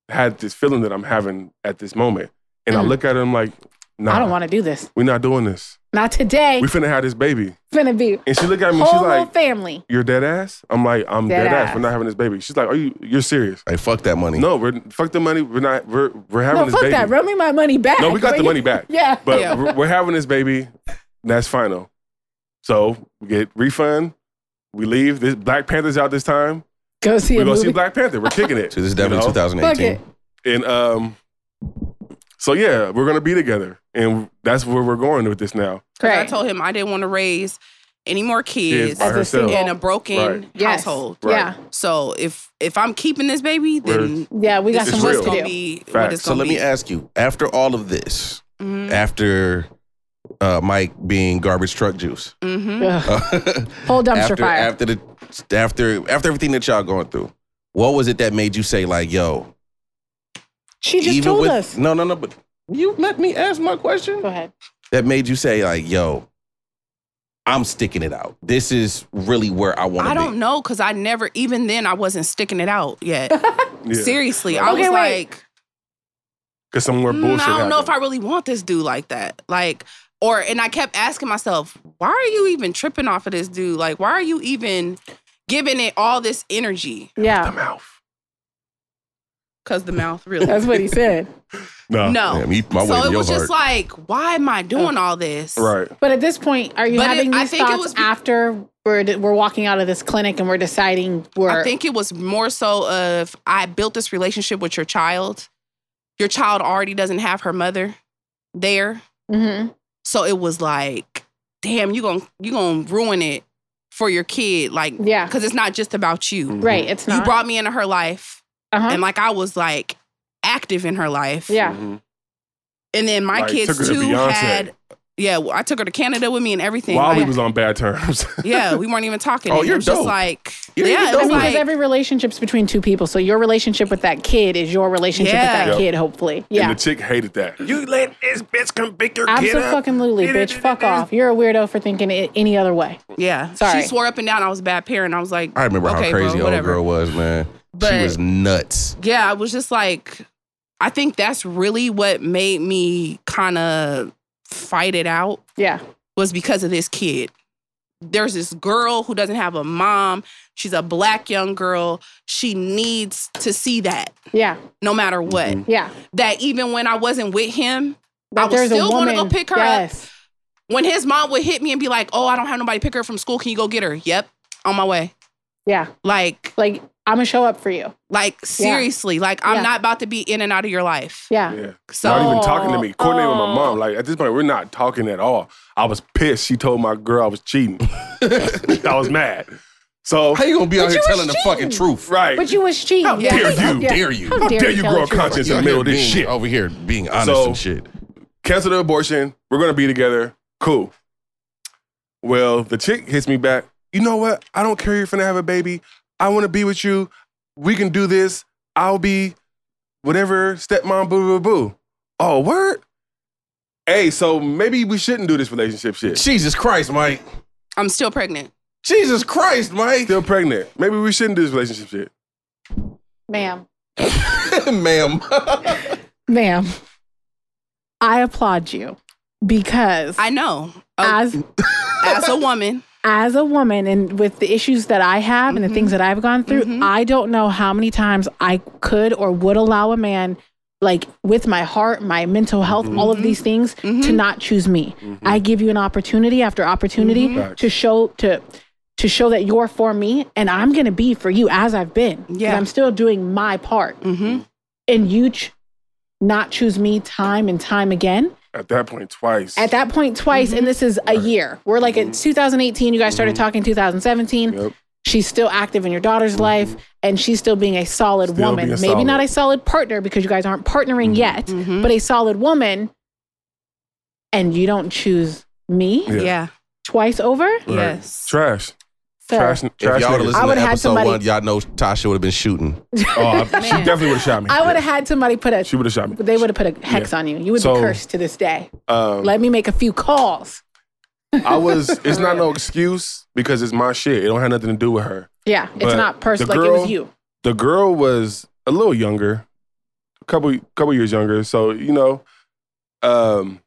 S4: had this feeling that I'm having at this moment. And I
S2: Mhm.
S4: look at her, I'm like, Nah,
S2: I don't want to do this.
S4: We're not doing this.
S2: Not today.
S4: We finna have this baby.
S2: finna be
S4: And she looked at me.
S2: whole
S4: She's
S2: little
S4: like,
S2: family.
S4: "You're dead ass." I'm like, "I'm
S2: Dead
S4: dead, ass.
S2: ass.
S4: We're not having this baby." She's like, "Are you? You're serious?"
S3: Hey, fuck that money.
S4: No, we're fuck the money. We're not. We're we're having
S2: No,
S4: this
S2: fuck
S4: baby.
S2: that. Run me my money back.
S4: No, we got
S2: Like,
S4: the money back.
S2: Yeah.
S4: But
S5: Yeah.
S4: we're- we're having this baby. That's final. So we get refund. We leave. This Black Panther's out this time.
S2: go see
S4: We're
S2: a
S4: gonna see
S2: movie.
S4: Black Panther. We're kicking it.
S3: So this is definitely
S4: you know?
S3: 2018.
S2: Fuck it.
S4: And um, so yeah, we're gonna be together, and that's where we're going with this now.
S5: 'Cause I
S2: Right.
S5: told him I didn't want to raise any more kids
S4: Kids by
S2: As a
S4: herself.
S2: single-
S5: in a broken
S4: Right.
S2: Yes.
S5: household.
S4: Right.
S2: Yeah.
S5: So if if I'm keeping this baby, then
S2: Yeah, we got
S5: this
S4: It's
S5: is
S2: some
S5: what's
S2: work to
S5: gonna
S2: do.
S5: be. What
S4: Facts.
S5: it's
S3: So
S5: gonna
S3: let
S5: be. Mm-hmm,
S3: me ask you: After all of this,
S2: Mm-hmm.
S3: after uh, Mike being garbage truck juice,
S5: Mm-hmm.
S2: Ugh.
S3: after
S2: Whole dumpster fire.
S3: after the after after everything that y'all going through, what was it that made you say like, "Yo"?
S2: she just told us.
S3: no, no, no, but you let me ask my question.
S2: Go ahead.
S3: That made you say like, "Yo, I'm sticking it out. This is really where I want
S5: I
S3: to be."
S5: don't know because I never even then I wasn't sticking it out yet.
S4: Yeah.
S5: Seriously, I
S2: Okay,
S5: was
S2: wait.
S5: like,
S4: Cause some more
S5: "Mm,
S4: bullshit.
S5: I don't know if I
S4: happened.
S5: really want this dude like that. Like, or and I kept asking myself, why are you even tripping off of this dude? Like, why are you even giving it all this energy?
S4: the
S2: Yeah,
S4: mouth.
S5: Cause the mouth really.
S2: that's what he said.
S4: No.
S5: no.
S3: Oh, Damn, you- my way
S5: so
S3: to
S5: it
S3: your
S5: was just
S3: heart.
S5: like, why am I doing all this?
S4: Right.
S2: But at this point, are you
S5: But it-
S2: having
S5: I
S2: these
S5: think it
S2: thoughts
S5: was-
S2: after we're we're walking out of this clinic and we're deciding we're
S5: I think it was more so of I built this relationship with your child. Your child already doesn't have her mother there.
S2: Mhm.
S5: So it was like, damn, you going you going to ruin it for your kid like
S2: yeah,
S5: cuz it's not just about you.
S2: right. It's
S5: You
S2: not.
S5: brought me into her life
S2: uh-huh.
S5: and like I was like active in her life.
S2: yeah,
S4: Mhm.
S5: And then my
S4: Like,
S5: kids
S4: took her to
S5: too
S4: Beyonce.
S5: had yeah, well, I took her to Canada with me and everything.
S4: While we
S5: like-
S4: was on bad terms.
S5: yeah, we weren't even talking.
S3: Oh,
S5: It
S3: you're
S5: was
S3: dope.
S5: just like
S3: You're
S5: yeah,
S3: even
S5: it
S2: I
S3: dope.
S5: was
S2: mean, because
S5: like-
S2: every relationship's between two people, so your relationship with that kid is your relationship
S5: Yeah.
S2: with that
S4: Yep.
S2: kid. Hopefully,
S4: And
S2: yeah.
S4: the chick hated that. You let this bitch come pick your kid up.
S2: Absolutely, bitch. Fuck off. You're a weirdo for thinking it any other way.
S5: Yeah.
S2: Sorry.
S5: She swore up and down I was a bad parent. I was like,
S3: I remember
S5: okay,
S3: how crazy
S5: bro,
S3: old
S5: whatever.
S3: girl was, man.
S5: But-
S3: she was nuts.
S5: Yeah, I was just like, I think that's really what made me kind of fight it out
S2: Yeah,
S5: was because of this kid. There's this girl who doesn't have a mom. She's a black young girl. She needs to see that
S2: yeah,
S5: no matter what.
S4: Mhm.
S2: yeah.
S5: That even when I wasn't with him, I
S2: That
S5: was still gonna go pick her up.
S2: yes.
S5: when his mom would hit me and be like, oh, I don't have nobody to pick her up from school. Can you go get her? Yep, on my way.
S2: Yeah,
S5: Like,
S2: like I'm gonna show up for you.
S5: Like seriously, like I'm
S2: Yeah.
S5: not about to be in and out of your life.
S2: Yeah,
S4: Yeah.
S5: So
S4: not even talking to me. Coordinating with my
S2: Oh.
S4: mom. Like at this point, we're not talking at all. I was pissed. She told my girl I was cheating. I was mad. So
S3: How you gonna be out
S2: But you
S3: here
S2: was
S3: telling the fucking
S2: cheating.
S3: truth?
S4: right.
S2: but you was cheating.
S4: How
S5: dare
S4: you.
S2: Yeah.
S3: Dare you.
S4: How dare you
S2: tell
S4: grow
S2: the
S4: a
S2: truth?
S4: conscience
S3: You're
S4: in the middle of this
S3: being-
S4: shit.
S3: over here being honest
S4: So-
S3: and shit.
S4: Cancel the abortion. We're gonna be together. Cool. Well, the chick hits me back. You know what? I don't care. You're finna have a baby. I want to be with you. We can do this. I'll be whatever stepmom. Boo boo boo. Oh, word. Hey, so maybe we shouldn't do this relationship shit.
S3: Jesus Christ, Mike.
S5: I'm still pregnant.
S3: Jesus Christ, Mike.
S4: Still pregnant. Maybe we shouldn't do this relationship shit.
S2: ma'am,
S3: Ma'am.
S2: ma'am. I applaud you because
S5: I know. A-
S2: as
S5: as a woman,
S2: as a woman and with the issues that I have and the things that I've gone through,
S5: Mhm.
S2: I don't know how many times I could or would allow a man like with my heart, my mental health, all of these things to
S5: Mhm.
S2: not choose me. I give you an opportunity after opportunity
S5: Mhm.
S4: Facts.
S2: to show to to show that you're for me and I'm going to be for you as I've been. 'Cause
S5: Yeah.
S2: I'm still doing my part
S5: hmm
S2: and you ch- not choose me time and time again
S4: At that point, twice.
S2: at that point twice
S4: Mm-hmm.
S2: and this is a year we're like it's 2018 you guys started talking 2017
S4: Yep. Mm-hmm.
S2: she's still active in your daughter's life and she's still being a solid
S4: Still
S2: woman
S4: being
S2: maybe not
S4: solid. Mm-hmm.
S2: a solid partner because you guys aren't partnering yet
S5: Mhm.
S2: but a solid woman and you don't choose me
S4: Yeah.
S5: yeah,
S2: twice over
S5: yes.
S4: Trash.
S2: so
S4: trash.
S3: if
S4: Trash.
S3: y'all
S4: niggas.
S3: would
S2: I
S3: have listened
S2: would've
S3: to
S2: had
S3: episode
S2: somebody-
S3: one, y'all know Tasha would have been shooting.
S4: oh, I- she definitely would have shot me.
S2: i would have had somebody put a
S4: She would have shot me.
S2: they would have put a hex on you you would
S4: So-
S2: be cursed to this day
S4: Um,
S2: let me make a few calls
S4: I was. It's not no excuse because it's my shit. It don't have nothing to do with her.
S2: yeah it's
S4: But
S2: not
S4: the
S2: personal like it
S4: girl-
S2: was you
S4: The girl was a little younger, a couple couple years younger. So you know, um,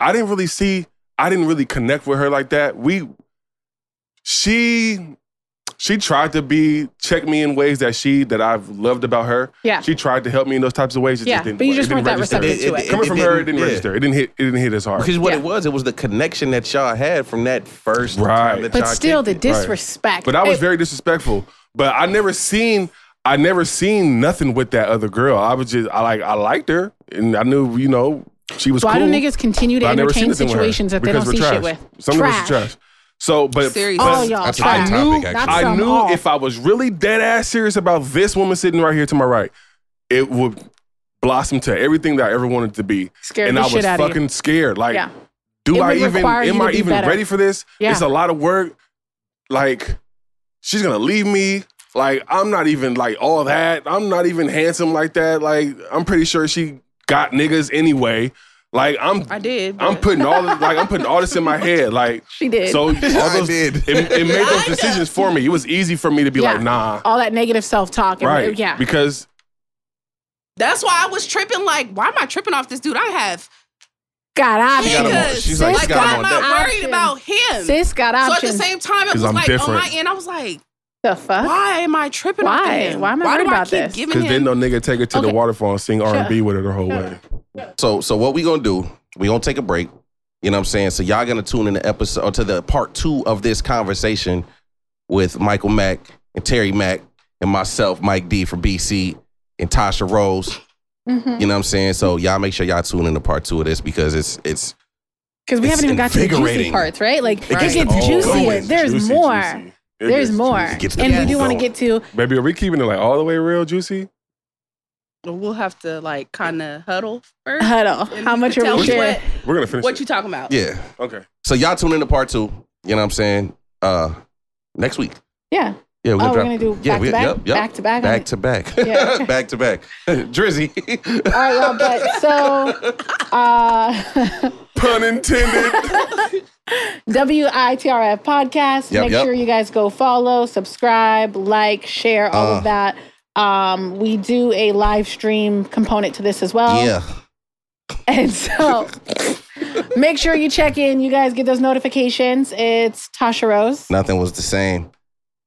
S4: I didn't really see. I didn't really connect with her like that. We, she, she tried to be check me in ways that she that I've loved about her.
S2: Yeah.
S4: She tried to help me in those types of ways. It
S2: Yeah,
S4: just didn't
S2: but you
S4: work.
S2: just
S4: it didn't
S2: weren't that
S4: register.
S2: receptive to it.
S4: Coming from her, it didn't
S3: yeah.
S4: register. It didn't hit. It didn't hit as hard.
S3: Because what
S2: Yeah.
S3: it was, it was the connection that y'all had from that first
S4: Right.
S3: time that
S2: But
S3: y'all
S2: still, the
S3: kicked it.
S2: disrespect.
S4: But I was
S2: It-
S4: very disrespectful. But I never seen I never seen nothing with that other girl. I was just I like I liked her and I knew, you know, she was
S2: Why
S4: cool.
S2: do niggas continue to
S4: but I never seen
S2: entertain
S4: nothing with her
S2: situations that they don't
S4: because
S2: see
S4: we're
S2: shit
S4: trash.
S2: with?
S4: Some of us are trash. So but
S5: Seriously.
S2: Oh,
S5: That's-
S2: y'all
S6: that's a
S2: trash.
S6: hot
S4: I
S6: topic,
S4: knew,
S6: actually.
S2: That's
S4: I
S2: some
S4: knew
S2: off.
S4: if I was really dead ass serious about this woman sitting right here to my right, it would blossom to everything that I ever wanted to be.
S2: Scared
S4: and
S2: the
S4: I was
S2: shit out of you.
S4: fucking scared. Like,
S2: Yeah.
S4: do
S2: It
S4: I
S2: would
S4: even
S2: require you
S4: am
S2: to
S4: I
S2: be
S4: even
S2: better.
S4: ready for this?
S2: Yeah.
S4: It's a lot of work. Like, she's gonna leave me. Like, I'm not even like all that. I'm not even handsome like that. Like, I'm pretty sure she got niggas anyway. Like, I'm
S5: I did.
S4: I'm
S5: but-
S4: putting all this, like I'm putting all this in my head. Like
S2: She did.
S4: so all
S6: I
S4: those,
S6: did.
S4: It, it made those decisions for me. It was easy for me to be
S2: Yeah.
S4: like, nah,
S2: all that negative self talk.
S4: right,
S2: Yeah.
S4: because
S5: That's why I was tripping. Like, why am I tripping off this dude? I have
S2: God,
S6: She got him
S2: I
S6: on-
S5: niggas.
S6: she's like, she
S5: like,
S6: got
S5: why
S6: him
S5: am
S6: on
S5: I
S6: deck.
S5: worried about him?
S2: Sis got
S5: so at the
S2: options.
S5: same time, it
S4: 'Cause
S5: was
S4: I'm
S5: like
S4: different.
S5: on my end, I was like,
S2: the fuck?
S5: why am I tripping? off
S2: Why?
S5: him?
S2: Why am I worried
S5: do
S2: about
S5: keep
S2: this?
S5: Giving
S4: because then
S5: him
S4: no nigga take her to the
S2: Okay.
S4: waterfall and sing R and B with her the whole
S2: Shut
S4: way.
S3: So so what we gonna do? We gonna take a break. You know what I'm saying? So y'all gonna tune in the episode or to the part two of this conversation with Michael Mack and Terry Mack and myself, Mike D from BC and Tasha Rose.
S2: Because
S3: You know what I'm saying? So y'all make sure y'all tune in to part two of this because it's it's
S2: we
S3: It's
S2: haven't even got to the juicy
S3: invigorating.
S2: parts, right? Like
S5: It
S2: it
S5: gets
S2: gets
S4: Oh,
S2: juicier.
S4: going.
S2: There's
S4: Juicy,
S2: more.
S4: juicy. It
S2: There's
S4: gets
S2: more.
S4: juicy.
S3: gets the
S2: And we
S5: juice
S2: do want to
S3: going.
S2: get to
S4: Baby, are we keeping it like all the way real juicy?
S5: we'll have to like kind of huddle first.
S2: huddle.
S5: and
S2: How
S5: you
S2: much
S5: can
S2: are
S5: tell
S2: we
S5: me
S2: sharing?
S4: We're gonna
S5: What,
S4: finish.
S5: what
S4: it.
S5: you talking about?
S3: yeah.
S4: okay?
S3: So y'all tune in to part two. You know what I'm saying? Uh next week.
S2: Yeah.
S3: Yeah, we're
S2: Oh,
S3: gonna
S2: we're
S3: drop
S2: gonna do
S3: Yeah,
S2: back
S3: we-
S2: to back,
S3: yep, yep.
S2: back to back.
S3: back to back.
S2: Yeah.
S3: back to back.
S2: All
S3: Drizzy.
S2: right, y'all. But so, uh,
S4: Pun intended.
S2: WITRF podcast.
S3: Yep,
S2: Make
S3: yep.
S2: sure you guys go follow, subscribe, like, share, all
S3: Uh.
S2: of that. Um, we do a live stream component to this as
S5: Um,
S2: well.
S3: yeah.
S2: And so make sure you check in. You guys get those notifications. It's Tasha Rose.
S3: Nothing was the same.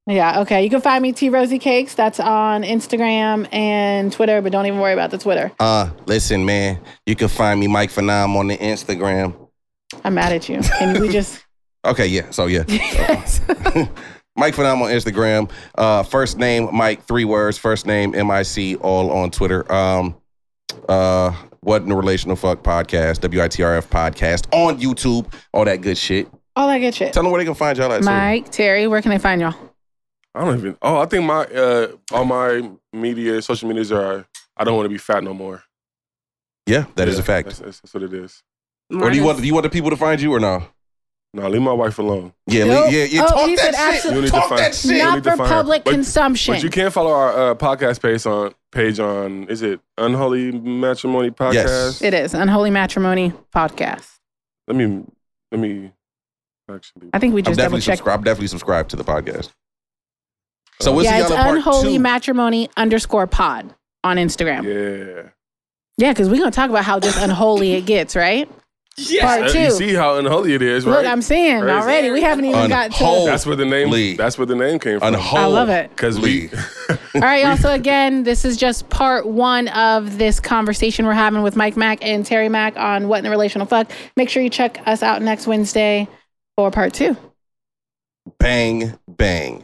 S2: Yeah, okay. You can find me T Rosie Cakes. That's on Instagram and Twitter, but don't even worry about the Twitter.
S3: Uh, listen, man, you can find me Mike Phenom on the Instagram.
S2: I'm mad at you. And we just
S3: Okay, yeah, so yeah. Mike Phenom on Instagram. Uh, first name Mike, three words. First name M I C, all on Twitter. Um, uh, what in the relational fuck podcast? W I T R F podcast on YouTube. All that good shit.
S2: all that good shit.
S3: Tell them where they can find y'all at. too.
S2: Mike, Terry, where can they find y'all?
S4: I don't even. Oh, I think my uh all my media, social medias are. I don't want to be fat no more.
S3: Yeah, that is
S4: Yeah,
S3: a fact.
S4: That's, that's, that's what it is.
S3: Or do you
S5: Mine
S3: want
S5: is-
S3: do you want the people to find you or no?
S4: No, leave my wife alone.
S3: Yeah,
S2: Nope.
S3: le- yeah, yeah.
S2: Oh,
S3: talk
S2: he
S3: that
S2: said
S3: shit.
S2: absolute-
S4: You need to
S3: Talk
S4: find-
S3: that shit.
S4: Yeah.
S2: Not
S4: need to
S2: for
S4: find her.
S2: public
S4: But-
S2: consumption.
S4: But you can follow our uh, podcast page on page on is it Unholy Matrimony Podcast?
S3: Yes.
S2: It is Unholy Matrimony podcast.
S4: Let me let me actually.
S2: I think we
S3: I'm
S2: just double
S3: definitely
S2: checked.
S3: subscribed. Definitely subscribed to the podcast. So we'll see
S2: Yeah,
S3: y'all
S2: it's
S3: in part
S2: unholy
S3: two.
S2: matrimony underscore pod on Instagram.
S4: Yeah.
S2: Yeah, because we're gonna talk about how just unholy it gets, right?
S5: Yeah.
S2: Part
S4: Uh,
S2: two.
S4: you see how unholy it is, right?
S2: Look, I'm saying
S4: Crazy.
S2: already. We haven't even got to.
S3: Unholy.
S4: that's where the name.
S3: Lee.
S4: That's where the name came from.
S3: Unholy.
S2: I love it.
S4: Because we.
S2: All right, y'all. So again, this is just part one of this conversation we're having with Mike Mack and Terry Mack on what in the relational fuck. Make sure you check us out next Wednesday for part two.
S3: Bang bang.